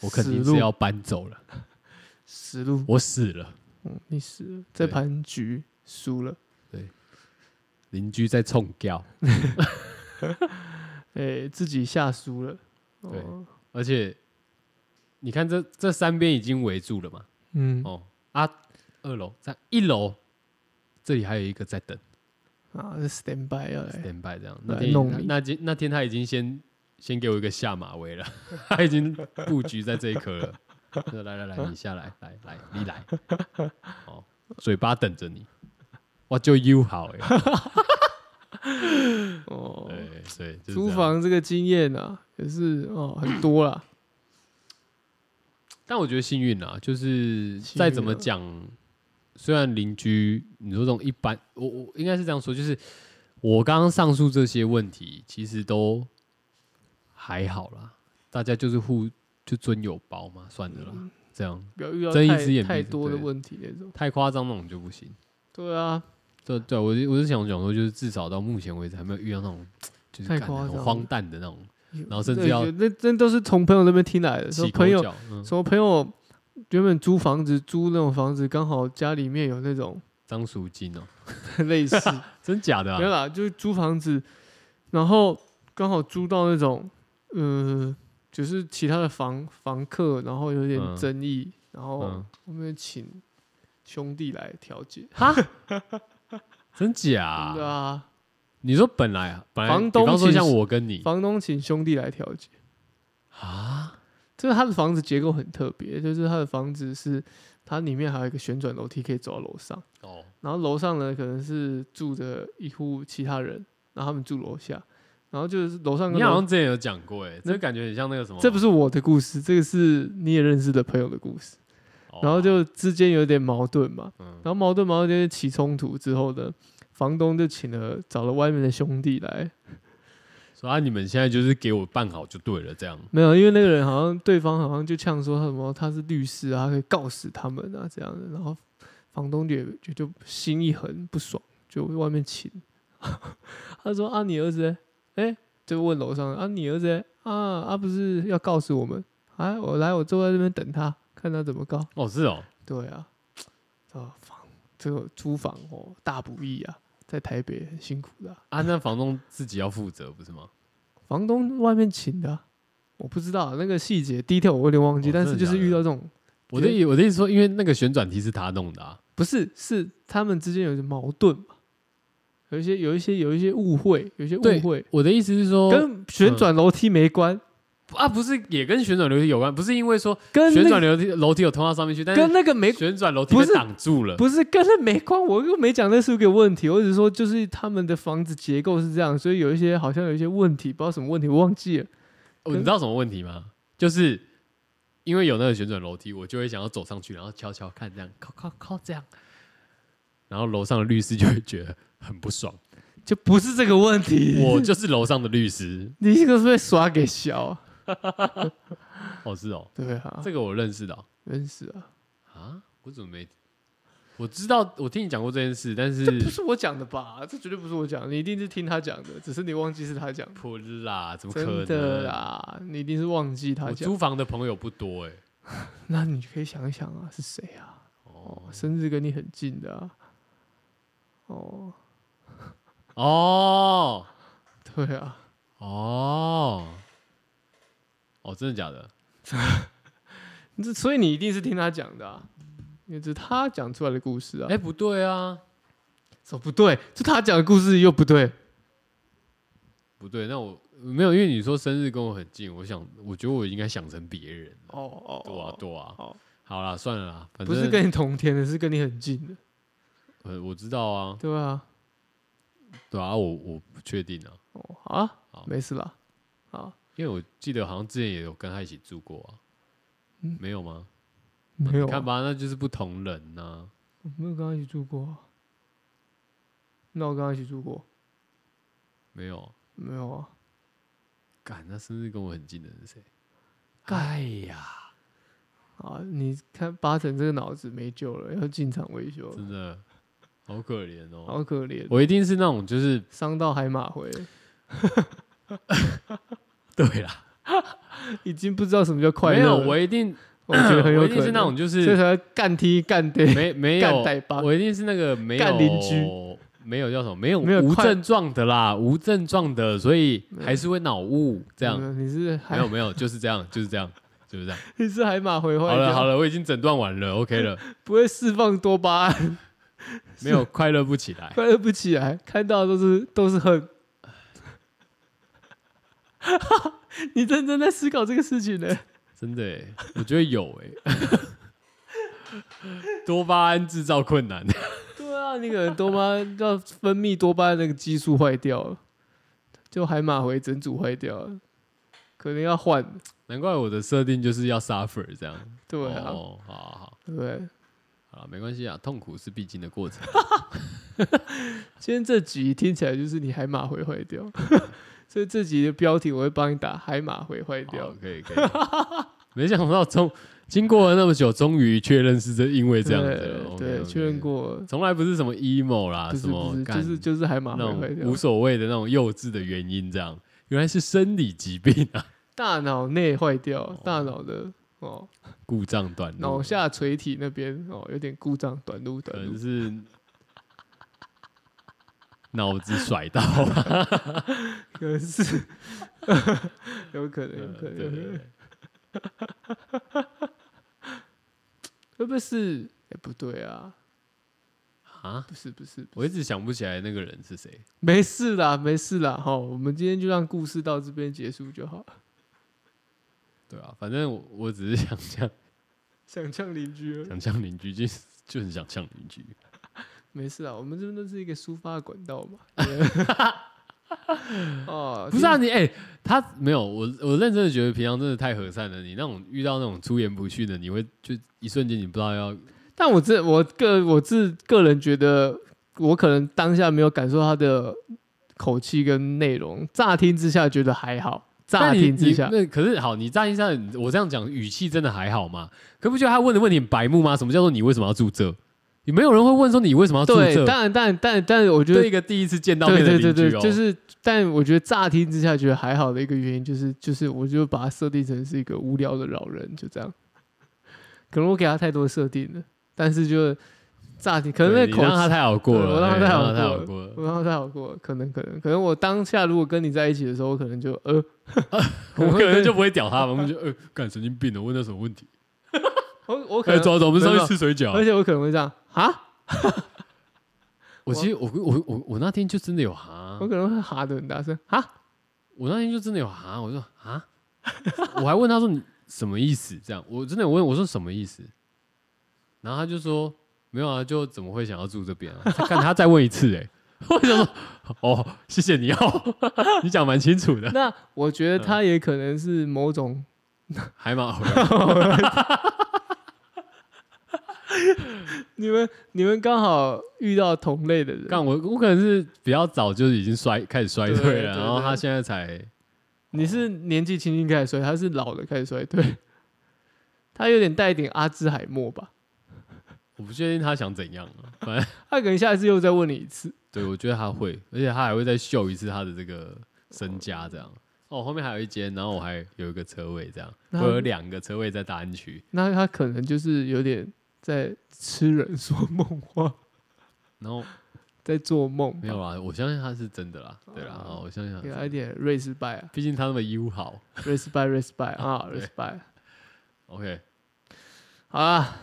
Speaker 1: 我肯定
Speaker 2: 死
Speaker 1: 是
Speaker 2: 路
Speaker 1: 要搬走了，
Speaker 2: 死路，
Speaker 1: 我死了。
Speaker 2: 嗯，你死了，这
Speaker 1: 对
Speaker 2: 盘局输了。
Speaker 1: 邻居在冲掉，
Speaker 2: 哎、自己下输了。
Speaker 1: 对
Speaker 2: 哦，
Speaker 1: 而且你看这这三边已经围住了嘛，
Speaker 2: 嗯，
Speaker 1: 哦啊，二楼在一楼，这里还有一个在等
Speaker 2: 啊，这 stand by 要来，
Speaker 1: stand by 这样。
Speaker 2: 来
Speaker 1: 那天
Speaker 2: 弄
Speaker 1: 那
Speaker 2: 你
Speaker 1: 那天那天他已经先先给我一个下马威了， 他已经布局在这一颗了。说来来来，你下来，来来，你来，哦，嘴巴等着你，我就 U 好哎、
Speaker 2: 哦，
Speaker 1: 欸对对，就是
Speaker 2: 租
Speaker 1: 这样。
Speaker 2: 房这个经验啊，也是哦很多 啦。
Speaker 1: 但我觉得幸运啊，就是
Speaker 2: 幸
Speaker 1: 再
Speaker 2: 运
Speaker 1: 怎么
Speaker 2: 啊
Speaker 1: 讲，虽然邻居，你说这种一般，我我应该是这样说，就是我刚刚上述这些问题，其实都还好啦，大家就是互就尊有包嘛，算的啦，
Speaker 2: 嗯
Speaker 1: 这样
Speaker 2: 不要遇到
Speaker 1: 睁一
Speaker 2: 太
Speaker 1: 只眼闭
Speaker 2: 太
Speaker 1: 一只
Speaker 2: 多的
Speaker 1: 对
Speaker 2: 问题那种。
Speaker 1: 太夸张那种就不行。
Speaker 2: 对啊，
Speaker 1: 对对，我就我是想讲说，就是至少到目前为止还没有遇到那种就是
Speaker 2: 太
Speaker 1: 干
Speaker 2: 夸
Speaker 1: 很
Speaker 2: 张
Speaker 1: 荒
Speaker 2: 了
Speaker 1: 诞的那种，
Speaker 2: 有
Speaker 1: 然后甚至
Speaker 2: 对
Speaker 1: 要
Speaker 2: 有那那都是从朋友那边听来的，说
Speaker 1: 起
Speaker 2: 朋
Speaker 1: 口
Speaker 2: 友
Speaker 1: 角，嗯，
Speaker 2: 什么朋友原本租房子租那种房子，刚好家里面有那种
Speaker 1: 张赎金哦，
Speaker 2: 类似，
Speaker 1: 真假的
Speaker 2: 没有
Speaker 1: 啊？
Speaker 2: 啦，就是租房子，然后刚好租到那种，呃，就是其他的房房客，然后有点
Speaker 1: 嗯
Speaker 2: 争议，然后
Speaker 1: 嗯，
Speaker 2: 我们请兄弟来调解，
Speaker 1: 真假啊？
Speaker 2: 对啊，
Speaker 1: 你说本来啊，本来
Speaker 2: 房东
Speaker 1: 比方说
Speaker 2: 其实
Speaker 1: 像我跟你
Speaker 2: 房东请兄弟来调解。
Speaker 1: 啊，
Speaker 2: 就是他的房子结构很特别，就是他的房子是它里面还有一个旋转楼梯可以走到楼上，
Speaker 1: 哦，
Speaker 2: 然后楼上呢可能是住着一户其他人，然后他们住楼下，然后就是楼上跟
Speaker 1: 你好
Speaker 2: 楼
Speaker 1: 像之前有讲过，哎，
Speaker 2: 那
Speaker 1: 这感觉很像那个什么，
Speaker 2: 这不是我的故事，这个是你也认识的朋友的故事，
Speaker 1: 哦，
Speaker 2: 然后就之间有点矛盾嘛，
Speaker 1: 嗯
Speaker 2: 然后矛盾矛盾就是起冲突之后呢，房东就请了找了外面的兄弟来，
Speaker 1: 说啊，你们现在就是给我办好就对了，这样
Speaker 2: 没有，因为那个人好像对方好像就呛说他什么他是律师啊，他可以告死他们啊这样的，然后房东也就就心一横不爽，就外面请， 他说啊你儿子呢，哎、就问楼上啊你儿子呢啊啊不是要告死我们，啊我来我坐在这边等他，看他怎么告，
Speaker 1: 哦，是哦，
Speaker 2: 对啊，啊房这个租房哦大不易啊，在台北很辛苦的啊、
Speaker 1: 啊，那房东自己要负责不是吗？
Speaker 2: 房东外面请的啊、我不知道啊那个细节 detail 我有点忘记，
Speaker 1: 哦
Speaker 2: 但是
Speaker 1: 真的
Speaker 2: 就是
Speaker 1: 假的
Speaker 2: 遇到这种。
Speaker 1: 我的意我的意思说，因为那个旋转题是他弄的啊，
Speaker 2: 不是，是他们之间有些矛盾嘛，有一些有一些有一些误会，有一些误
Speaker 1: 对哦
Speaker 2: 会
Speaker 1: 我的意思是说，
Speaker 2: 跟旋转楼梯没关，
Speaker 1: 啊不是也跟旋转楼梯有关，不是因为说
Speaker 2: 跟
Speaker 1: 旋
Speaker 2: 那
Speaker 1: 转楼梯楼梯有通到上面去，但
Speaker 2: 跟
Speaker 1: 是
Speaker 2: 那个没
Speaker 1: 旋转楼梯
Speaker 2: 不
Speaker 1: 被
Speaker 2: 是
Speaker 1: 挡住了，
Speaker 2: 不是跟那没关，我又没讲那是个问题，我只是说就是他们的房子结构是这样，所以有一些好像有一些问题，不知道什么问题，我忘记了。
Speaker 1: 哦你知道什么问题吗？就是因为有那个旋转楼梯，我就会想要走上去，然后悄悄看这样，靠靠靠这样，然后楼上的律师就会觉得很不爽。
Speaker 2: 就不是这个问题，
Speaker 1: 我就是楼上的律师，
Speaker 2: 你这个是被耍给小、啊，
Speaker 1: 哦是哦，
Speaker 2: 对啊，
Speaker 1: 这个我认识的哦、
Speaker 2: 认识啊，
Speaker 1: 啊，我怎么没？我知道我听你讲过这件事，但
Speaker 2: 这不
Speaker 1: 是
Speaker 2: 是我讲的吧？这绝对不是我讲的，你一定是听他讲的，只是你忘记是他讲的。
Speaker 1: 不啦，怎么可
Speaker 2: 真的啊
Speaker 1: 能？
Speaker 2: 啦，你一定是忘记他
Speaker 1: 我
Speaker 2: 讲。
Speaker 1: 租房的朋友不多哎、
Speaker 2: 那你可以想一想啊，是谁啊？
Speaker 1: 哦
Speaker 2: 甚至跟你很近的啊。哦，
Speaker 1: 哦
Speaker 2: 对啊，
Speaker 1: 哦哦，真的假的？
Speaker 2: 这所以你一定是听他讲的啊，因为这是他讲出来的故事啊
Speaker 1: 哎、。不对啊，
Speaker 2: 怎么不对？就他讲的故事又不对。
Speaker 1: 不对，那我没有，因为你说生日跟我很近，我想，我觉得我应该想成别人了。
Speaker 2: 哦哦
Speaker 1: 对啊，对啊，
Speaker 2: 哦
Speaker 1: 好啦，算了啦，反
Speaker 2: 不
Speaker 1: 正
Speaker 2: 是跟你同天的，是跟你很近的，
Speaker 1: 呃，我知道啊，
Speaker 2: 对啊。
Speaker 1: 对啊，我我不确定啊，
Speaker 2: 哦，好啊
Speaker 1: 好，
Speaker 2: 没事啦。啊，
Speaker 1: 因为我记得好像之前也有跟他一起住过啊，没有吗？
Speaker 2: 嗯没有
Speaker 1: 你
Speaker 2: 啊，
Speaker 1: 看吧，那就是不同人呐、
Speaker 2: 我没有跟他一起住过啊。那我跟他一起住过
Speaker 1: 没有，
Speaker 2: 没有啊？
Speaker 1: 干，那生日跟我很近的是谁？
Speaker 2: 干
Speaker 1: 哎呀，
Speaker 2: 啊，你看八成这个脑子没救了，要进场维修了，
Speaker 1: 真的好可怜哦，
Speaker 2: 好可怜，
Speaker 1: 我一定是那种就是
Speaker 2: 伤到海马回，
Speaker 1: 对啦，
Speaker 2: 已经不知道什么叫快
Speaker 1: 没
Speaker 2: 乐
Speaker 1: 有，
Speaker 2: 了。
Speaker 1: 我一定，
Speaker 2: 我觉得很有
Speaker 1: 我
Speaker 2: 可
Speaker 1: 一定
Speaker 2: 能
Speaker 1: 是那种就
Speaker 2: 所以
Speaker 1: 是
Speaker 2: 才会干踢干爹，
Speaker 1: 没没有
Speaker 2: 干带帮
Speaker 1: 我一定是那个没有
Speaker 2: 干邻居，
Speaker 1: 没有叫什么，没有
Speaker 2: 没有
Speaker 1: 无
Speaker 2: 快
Speaker 1: 症状的啦，无症状的，所以
Speaker 2: 没有
Speaker 1: 还是会脑雾这样。
Speaker 2: 嗯你是
Speaker 1: 没
Speaker 2: 海
Speaker 1: 有没有，就是这样，就是这样，就是这样。
Speaker 2: 你是海马回坏
Speaker 1: 好了好
Speaker 2: 了，
Speaker 1: 了，我已经诊断完了，OK 了，
Speaker 2: 不会释放多巴胺，
Speaker 1: 没有快乐不起来。
Speaker 2: 快乐不起来，看到的都是都是恨。 你认真在思考这个事情呢？
Speaker 1: 真的欸，我 觉得有哎，多巴胺制造困难。
Speaker 2: 对啊，那个多巴要分泌多巴胺那个激素坏掉了，就海马回整组坏掉了，可能要换。
Speaker 1: 难怪我的设定就是要 suffer 这样。
Speaker 2: 对啊，
Speaker 1: 哦，好好好，
Speaker 2: 对不对。
Speaker 1: 好了，没关系啊，痛苦是必经的过程。
Speaker 2: 今天这集听起来就是你海马回坏掉， 所以这集的标题我会帮你打“海马回坏掉
Speaker 1: 好，可以可以。 没想到终经过了那么久，终于确认是这因”为
Speaker 2: 对。
Speaker 1: 这样子了。
Speaker 2: 对，
Speaker 1: OK，OK
Speaker 2: 确认，过了，
Speaker 1: 从来不是什么 emo 啦，
Speaker 2: 不是
Speaker 1: 什
Speaker 2: 不
Speaker 1: 么
Speaker 2: 是，
Speaker 1: 干
Speaker 2: 就是就是海马
Speaker 1: 那
Speaker 2: 回坏
Speaker 1: 种
Speaker 2: 掉
Speaker 1: 无，所谓的那种幼稚的原因，这样原来是生理疾病啊，
Speaker 2: 大脑内坏掉，大脑的哦，
Speaker 1: 故障短路，
Speaker 2: 脑下垂体那边哦有点故障，短路
Speaker 1: 可
Speaker 2: 短路
Speaker 1: 能。是脑子甩到，啊
Speaker 2: 可能是， 有 可能，
Speaker 1: 对
Speaker 2: 有可能，
Speaker 1: 对
Speaker 2: 有可能
Speaker 1: 嗯对，
Speaker 2: 会不会是？哎、不对啊，
Speaker 1: 啊，
Speaker 2: 不是，不是，不
Speaker 1: 我一
Speaker 2: 是，
Speaker 1: 直想不起来那个人是谁。
Speaker 2: 没事啦，没事啦，哈，我们今天就让故事到这边结束就好。
Speaker 1: 对啊，反正我我只是想呛
Speaker 2: 想呛邻居了，
Speaker 1: 想呛邻居，就是就很想呛邻居。
Speaker 2: 没事啦，我们这边都是一个抒发管 道嘛。 哦，
Speaker 1: 不是啊，
Speaker 2: 听，
Speaker 1: 你哎、他没有我，我认真的觉得平常真的太和善了。你那种遇到那种出言不逊的，你会就一瞬间你不知道要
Speaker 2: 但我这我个我自个人觉得，我可能当下没有感受他的口气跟内容，乍听之下觉得还好，乍
Speaker 1: 但你
Speaker 2: 听之
Speaker 1: 你
Speaker 2: 下，
Speaker 1: 那可是好，你乍听之下，我这样讲语气真的还好吗？可不觉得他问的问题很白目吗？什么叫做你为什么要住这？你没有人会问说你为什么要住
Speaker 2: 对，
Speaker 1: 哦这？
Speaker 2: 当然，但但但我觉得
Speaker 1: 对一个第一次见到
Speaker 2: 对
Speaker 1: 面的邻居
Speaker 2: 对
Speaker 1: 哦，
Speaker 2: 对对，就是，但我觉得乍听之下觉得还好的一个原因就是，就是我就把它设定成是一个无聊的老人，就这样。 可能我给他太多设定了，但是就乍听，可能那
Speaker 1: 对你
Speaker 2: 个口
Speaker 1: 让他
Speaker 2: 气，
Speaker 1: 太好过
Speaker 2: 对
Speaker 1: 了，
Speaker 2: 我让他
Speaker 1: 对
Speaker 2: 太好
Speaker 1: 让他太
Speaker 2: 过
Speaker 1: 好
Speaker 2: 了
Speaker 1: 过了。
Speaker 2: 我让他太好过了，可能可能可能我当下如果跟你在一起的时候，我可能就呃，
Speaker 1: 我可能
Speaker 2: 跟
Speaker 1: 就不会屌他们， 我们就呃，干神经病的，问他什么问题？
Speaker 2: 我我可
Speaker 1: 哎，
Speaker 2: 能，
Speaker 1: 走啊走，我们上
Speaker 2: 没
Speaker 1: 去
Speaker 2: 有
Speaker 1: 吃水饺
Speaker 2: 而。且我可能会这样啊，
Speaker 1: 我其实我我我我那天就真的有哈
Speaker 2: 我，可能会哈的很大声 啊，
Speaker 1: 我那天就真的有哈，我说啊，我还问他说你什么意思？这样，我真的有问我说什么意思，然后他就说没有啊，就怎么会想要住这边啊？他看他再问一次、欸，哎， 我想说哦，谢谢你哦， 你讲蛮清楚的，
Speaker 2: 那我觉得他也可能是某种
Speaker 1: 嗯还蛮好的。
Speaker 2: 你们你们刚好遇到同类的人，
Speaker 1: 干我我可能是比较早就已经衰开始衰
Speaker 2: 对
Speaker 1: 退
Speaker 2: 对
Speaker 1: 了，然后
Speaker 2: 对
Speaker 1: 他现在才
Speaker 2: 你是年纪轻轻开始衰，他是老的开始衰退， 他有点带一点阿兹海默吧。
Speaker 1: 我不确定他想怎样、啊，反正
Speaker 2: 他可能下一次又再问你一次，
Speaker 1: 对我觉得他会，而且他还会再秀一次他的这个身家这样。哦，后面还有一间，然后我还有一个车位这样，我
Speaker 2: 那
Speaker 1: 有两个车位在大安区，
Speaker 2: 那他可能就是有点在痴人说梦话，
Speaker 1: 然后
Speaker 2: 在做梦吧。
Speaker 1: 没有啊啦，我相信他是真的啦，对啦，
Speaker 2: 哦
Speaker 1: 哦，我相信他是
Speaker 2: 给
Speaker 1: 真
Speaker 2: 他
Speaker 1: 的，
Speaker 2: 一点 respect 啊
Speaker 1: 毕竟他那么友好。
Speaker 2: ，respect respect 啊，respect。
Speaker 1: OK，
Speaker 2: 好啦，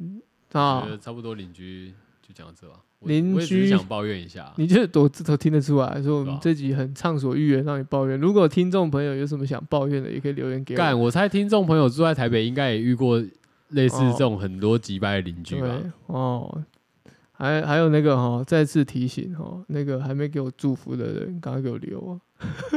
Speaker 2: 嗯
Speaker 1: 我觉
Speaker 2: 啊，
Speaker 1: 得差不多邻居就讲到这吧。我
Speaker 2: 邻
Speaker 1: 我也只是
Speaker 2: 居
Speaker 1: 想抱怨一下，
Speaker 2: 你就我这头听得出来，说我
Speaker 1: 对
Speaker 2: 们
Speaker 1: 啊
Speaker 2: 这集很畅所欲言，让你抱怨。如果听众朋友有什么想抱怨的，也可以留言给我。
Speaker 1: 干，我猜听众朋友住在台北，应该也遇过类似
Speaker 2: 哦
Speaker 1: 这种很多击败的邻居吧
Speaker 2: 对？哦，还还有那个哈、再次提醒哈、那个还没给我祝福的人，赶快给我留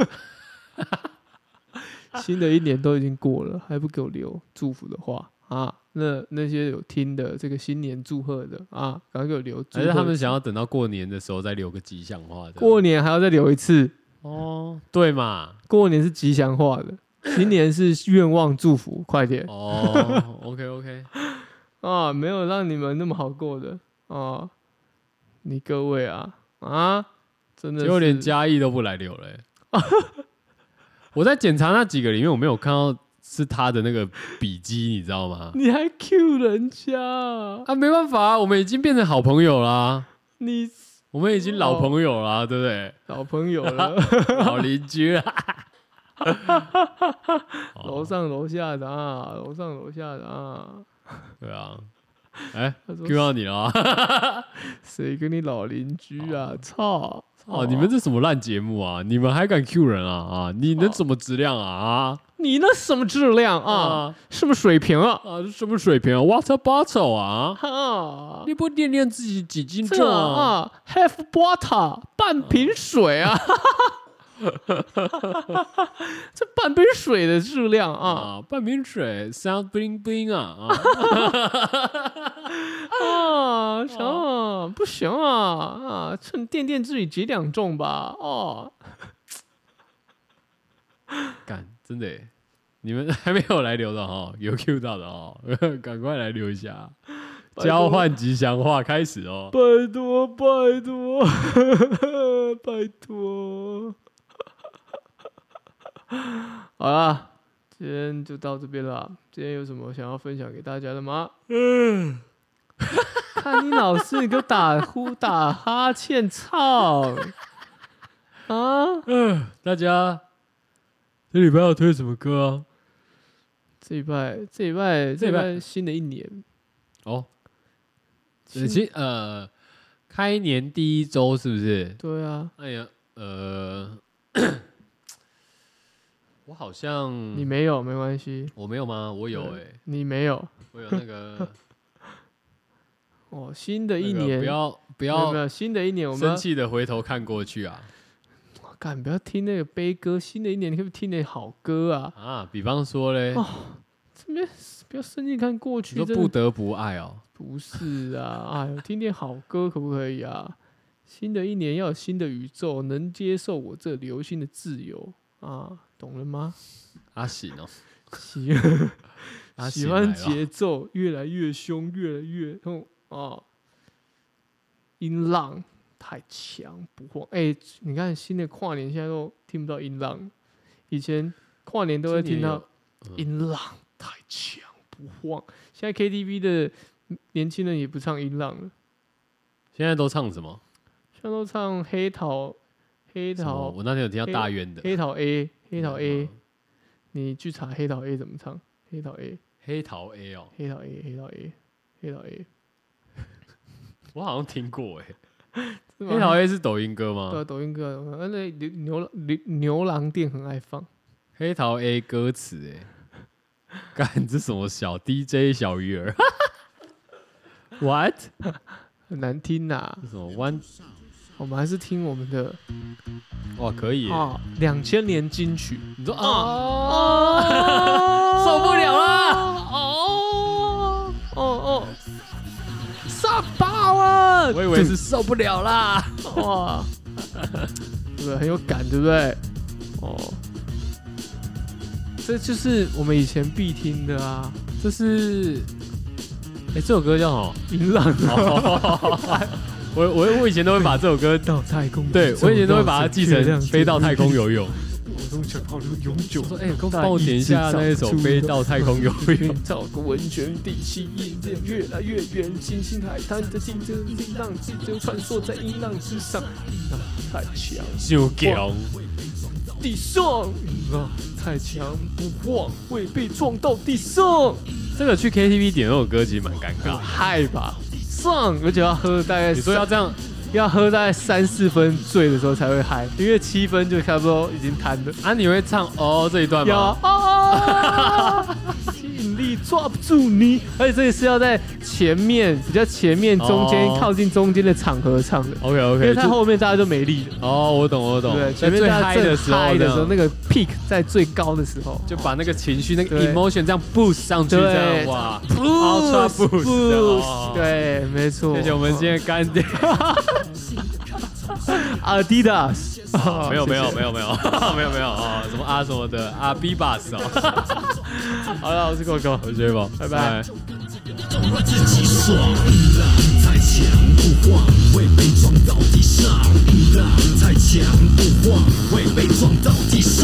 Speaker 2: 啊！ 新的一年都已经过了，还不给我留祝福的话啊？那那些有听的这个新年祝贺的啊，赶快给我留
Speaker 1: 还
Speaker 2: 祝贺
Speaker 1: 是
Speaker 2: 的。
Speaker 1: 他们想要等到过年的时候再留个吉祥话？
Speaker 2: 过年还要再留一次？
Speaker 1: 哦，对嘛？
Speaker 2: 过年是吉祥话的，新年是愿望祝福，快点！
Speaker 1: 哦，OK OK，
Speaker 2: 啊，没有让你们那么好过的啊！你各位啊啊，真的
Speaker 1: 结果连
Speaker 2: 是
Speaker 1: 嘉义都不来留了欸、 我在检查那几个里面，我没有看到是他的那个笔记，你知道吗？
Speaker 2: 你还 Q 人家啊，
Speaker 1: 啊，没办法、啊，我们已经变成好朋友啦，
Speaker 2: 你
Speaker 1: 我们已经老朋友啦，对不对？
Speaker 2: 老朋友 了，
Speaker 1: 老邻居啊 哦啦。好
Speaker 2: 楼上楼下的啊，楼上楼下的啊。
Speaker 1: 对啊，哎、
Speaker 2: 他说
Speaker 1: Q 到你了啊！
Speaker 2: 谁跟你老邻居啊？
Speaker 1: 哦
Speaker 2: 操！哦
Speaker 1: 哦，你们这什么烂节目啊？你们还敢 Q 人啊啊？你能什么质量啊啊？
Speaker 2: 你那什么质量啊？
Speaker 1: 啊
Speaker 2: 什么水平啊？
Speaker 1: 啊，这什么水平啊？Water bottle 啊，
Speaker 2: 啊，
Speaker 1: 你不掂掂自己几斤
Speaker 2: 这
Speaker 1: 重
Speaker 2: 个
Speaker 1: 啊？
Speaker 2: 啊，half water 半瓶水啊， 这半瓶水的质量啊
Speaker 1: 啊，半瓶水，sound bling bling 啊啊！
Speaker 2: 啊，行啊不行啊啊，趁垫垫自己几两重吧哦，
Speaker 1: 干，真的耶，你们还没有来留的哦，有 Q 到的哦， 赶快来留一下。
Speaker 2: 拜托
Speaker 1: 交换吉祥话开始哦，
Speaker 2: 拜托拜托拜托，好啦，今天就到这边啦。今天有什么想要分享给大家的吗？
Speaker 1: 嗯，
Speaker 2: 看你老是给我打呼打哈欠，操！啊，
Speaker 1: 大家这礼拜要推什么歌啊？
Speaker 2: 这一拜，这一拜，这一拜，新的一年，
Speaker 1: 哦，呃
Speaker 2: 新
Speaker 1: 其实呃，开年第一周是不是？
Speaker 2: 对啊，
Speaker 1: 哎呀， 呃，我好像
Speaker 2: 你嗯没有没关系，
Speaker 1: 我没有吗？我有哎、
Speaker 2: 对你没有
Speaker 1: 我有那个
Speaker 2: 哦。新的
Speaker 1: 那
Speaker 2: 一
Speaker 1: 个
Speaker 2: 年，
Speaker 1: 不要不
Speaker 2: 不没
Speaker 1: 要
Speaker 2: 有新的一年，我们
Speaker 1: 生
Speaker 2: 要
Speaker 1: 气的回头看过去啊
Speaker 2: 哇干不要听那个悲歌。新的一年，你可不可以听点好歌啊？
Speaker 1: 啊！比方说嘞，
Speaker 2: 哦这边不要生气看过
Speaker 1: 你
Speaker 2: 去，
Speaker 1: 说
Speaker 2: 真
Speaker 1: 不
Speaker 2: 的
Speaker 1: 得不爱哦，
Speaker 2: 不是啊，哎呦，听点好歌可不可以啊？新的一年要有新的宇宙，能接受我这流星的自由啊，懂了吗？
Speaker 1: 阿醒哦，
Speaker 2: 喜
Speaker 1: 阿
Speaker 2: 喜
Speaker 1: 醒
Speaker 2: 欢
Speaker 1: 来了
Speaker 2: 节奏越来越凶，越来越哦哦，音浪太强不晃。哎、你看新的跨年现在都听不到音浪，以前跨年都会
Speaker 1: 今
Speaker 2: 听
Speaker 1: 年
Speaker 2: 到
Speaker 1: 有嗯
Speaker 2: 音浪太强不晃。现在 KTV 的年轻人也不唱音浪了，
Speaker 1: 现在都唱什么？
Speaker 2: 现在都唱黑桃黑
Speaker 1: 什么？
Speaker 2: 桃
Speaker 1: 我那天有听到大渊的
Speaker 2: 黑桃 A 黑桃 A，
Speaker 1: 嗯
Speaker 2: 你去查黑桃 A 怎么唱？黑桃 A
Speaker 1: 黑桃 A 哦，
Speaker 2: 黑桃 A 黑桃 A 黑桃 A。
Speaker 1: 我好像听过哎、
Speaker 2: 是吗
Speaker 1: 黑桃 A 是抖音歌吗？
Speaker 2: 对啊，抖音歌，啊那牛牛郎牛牛郎店很爱放，
Speaker 1: 黑桃 A 歌词哎、 干这什么小 DJ 小鱼儿 ？What？
Speaker 2: 很难听 呐、
Speaker 1: 这什么 One？
Speaker 2: 我们还是听我们的
Speaker 1: 哇，哦可以耶、
Speaker 2: 啊，两千年金曲
Speaker 1: 你说啊，
Speaker 2: 啊
Speaker 1: 受不了了
Speaker 2: 哦哦哦，上爆了！
Speaker 1: 我以为是受不了啦。
Speaker 2: 哇，对不对？很有感，对不对？哦，这就是我们以前必听的啊，
Speaker 1: 这是，哎、这首歌叫什么？哦
Speaker 2: 音浪
Speaker 1: 我我我以前都会把这首歌，
Speaker 2: 到太空，
Speaker 1: 对我以前都会把它记成《飞到太空游泳》。
Speaker 2: 我从小泡流永久。
Speaker 1: 说哎，帮我点一下那一首《飞到太空游泳》。
Speaker 2: 造个温泉地吸引人越来越远，新兴海滩的竞争力浪之中穿梭在音浪之上，音浪太强，
Speaker 1: 就强，
Speaker 2: 地上音浪太强，不晃会被撞到地上，
Speaker 1: 这个去 KTV 点那首歌其实蛮尴
Speaker 2: 很
Speaker 1: 尬。
Speaker 2: 嗨吧？上，而且要喝大概
Speaker 1: 你说要这样
Speaker 2: 要喝大概三四分醉的时候才会嗨，因为七分就差不多已经瘫了。
Speaker 1: 啊？你会唱哦这一段
Speaker 2: 要
Speaker 1: 吗？
Speaker 2: 啊！吸引力抓不住你，而且这个是要在前面、比较前面、中间、
Speaker 1: 哦
Speaker 2: 靠近中间的场合唱的，
Speaker 1: OK
Speaker 2: 因为
Speaker 1: 哦 OK，
Speaker 2: 它后面大家就没力了。
Speaker 1: 哦，我懂我懂
Speaker 2: 对不对，，
Speaker 1: 在
Speaker 2: 前面
Speaker 1: 最
Speaker 2: 大家
Speaker 1: 嗨
Speaker 2: 正
Speaker 1: 的时候
Speaker 2: 嗨的时候，
Speaker 1: 那
Speaker 2: 那个 peak 在最高的时候，
Speaker 1: 就把那个情绪那个
Speaker 2: 对
Speaker 1: emotion 这样 boost 上去，
Speaker 2: 对
Speaker 1: 这样哇
Speaker 2: Boost，
Speaker 1: ，ultra boost，这样哦
Speaker 2: 对，没错。
Speaker 1: 谢谢我们今天的干爹，
Speaker 2: Adidas，
Speaker 1: 没有没有没有没有没有没 有啊，哦什么啊什么的啊 B bus 哦，
Speaker 2: 有。好了，我是狗狗，
Speaker 1: 我觉得吧，
Speaker 2: 拜拜。
Speaker 3: 太强不晃，会被撞到地上。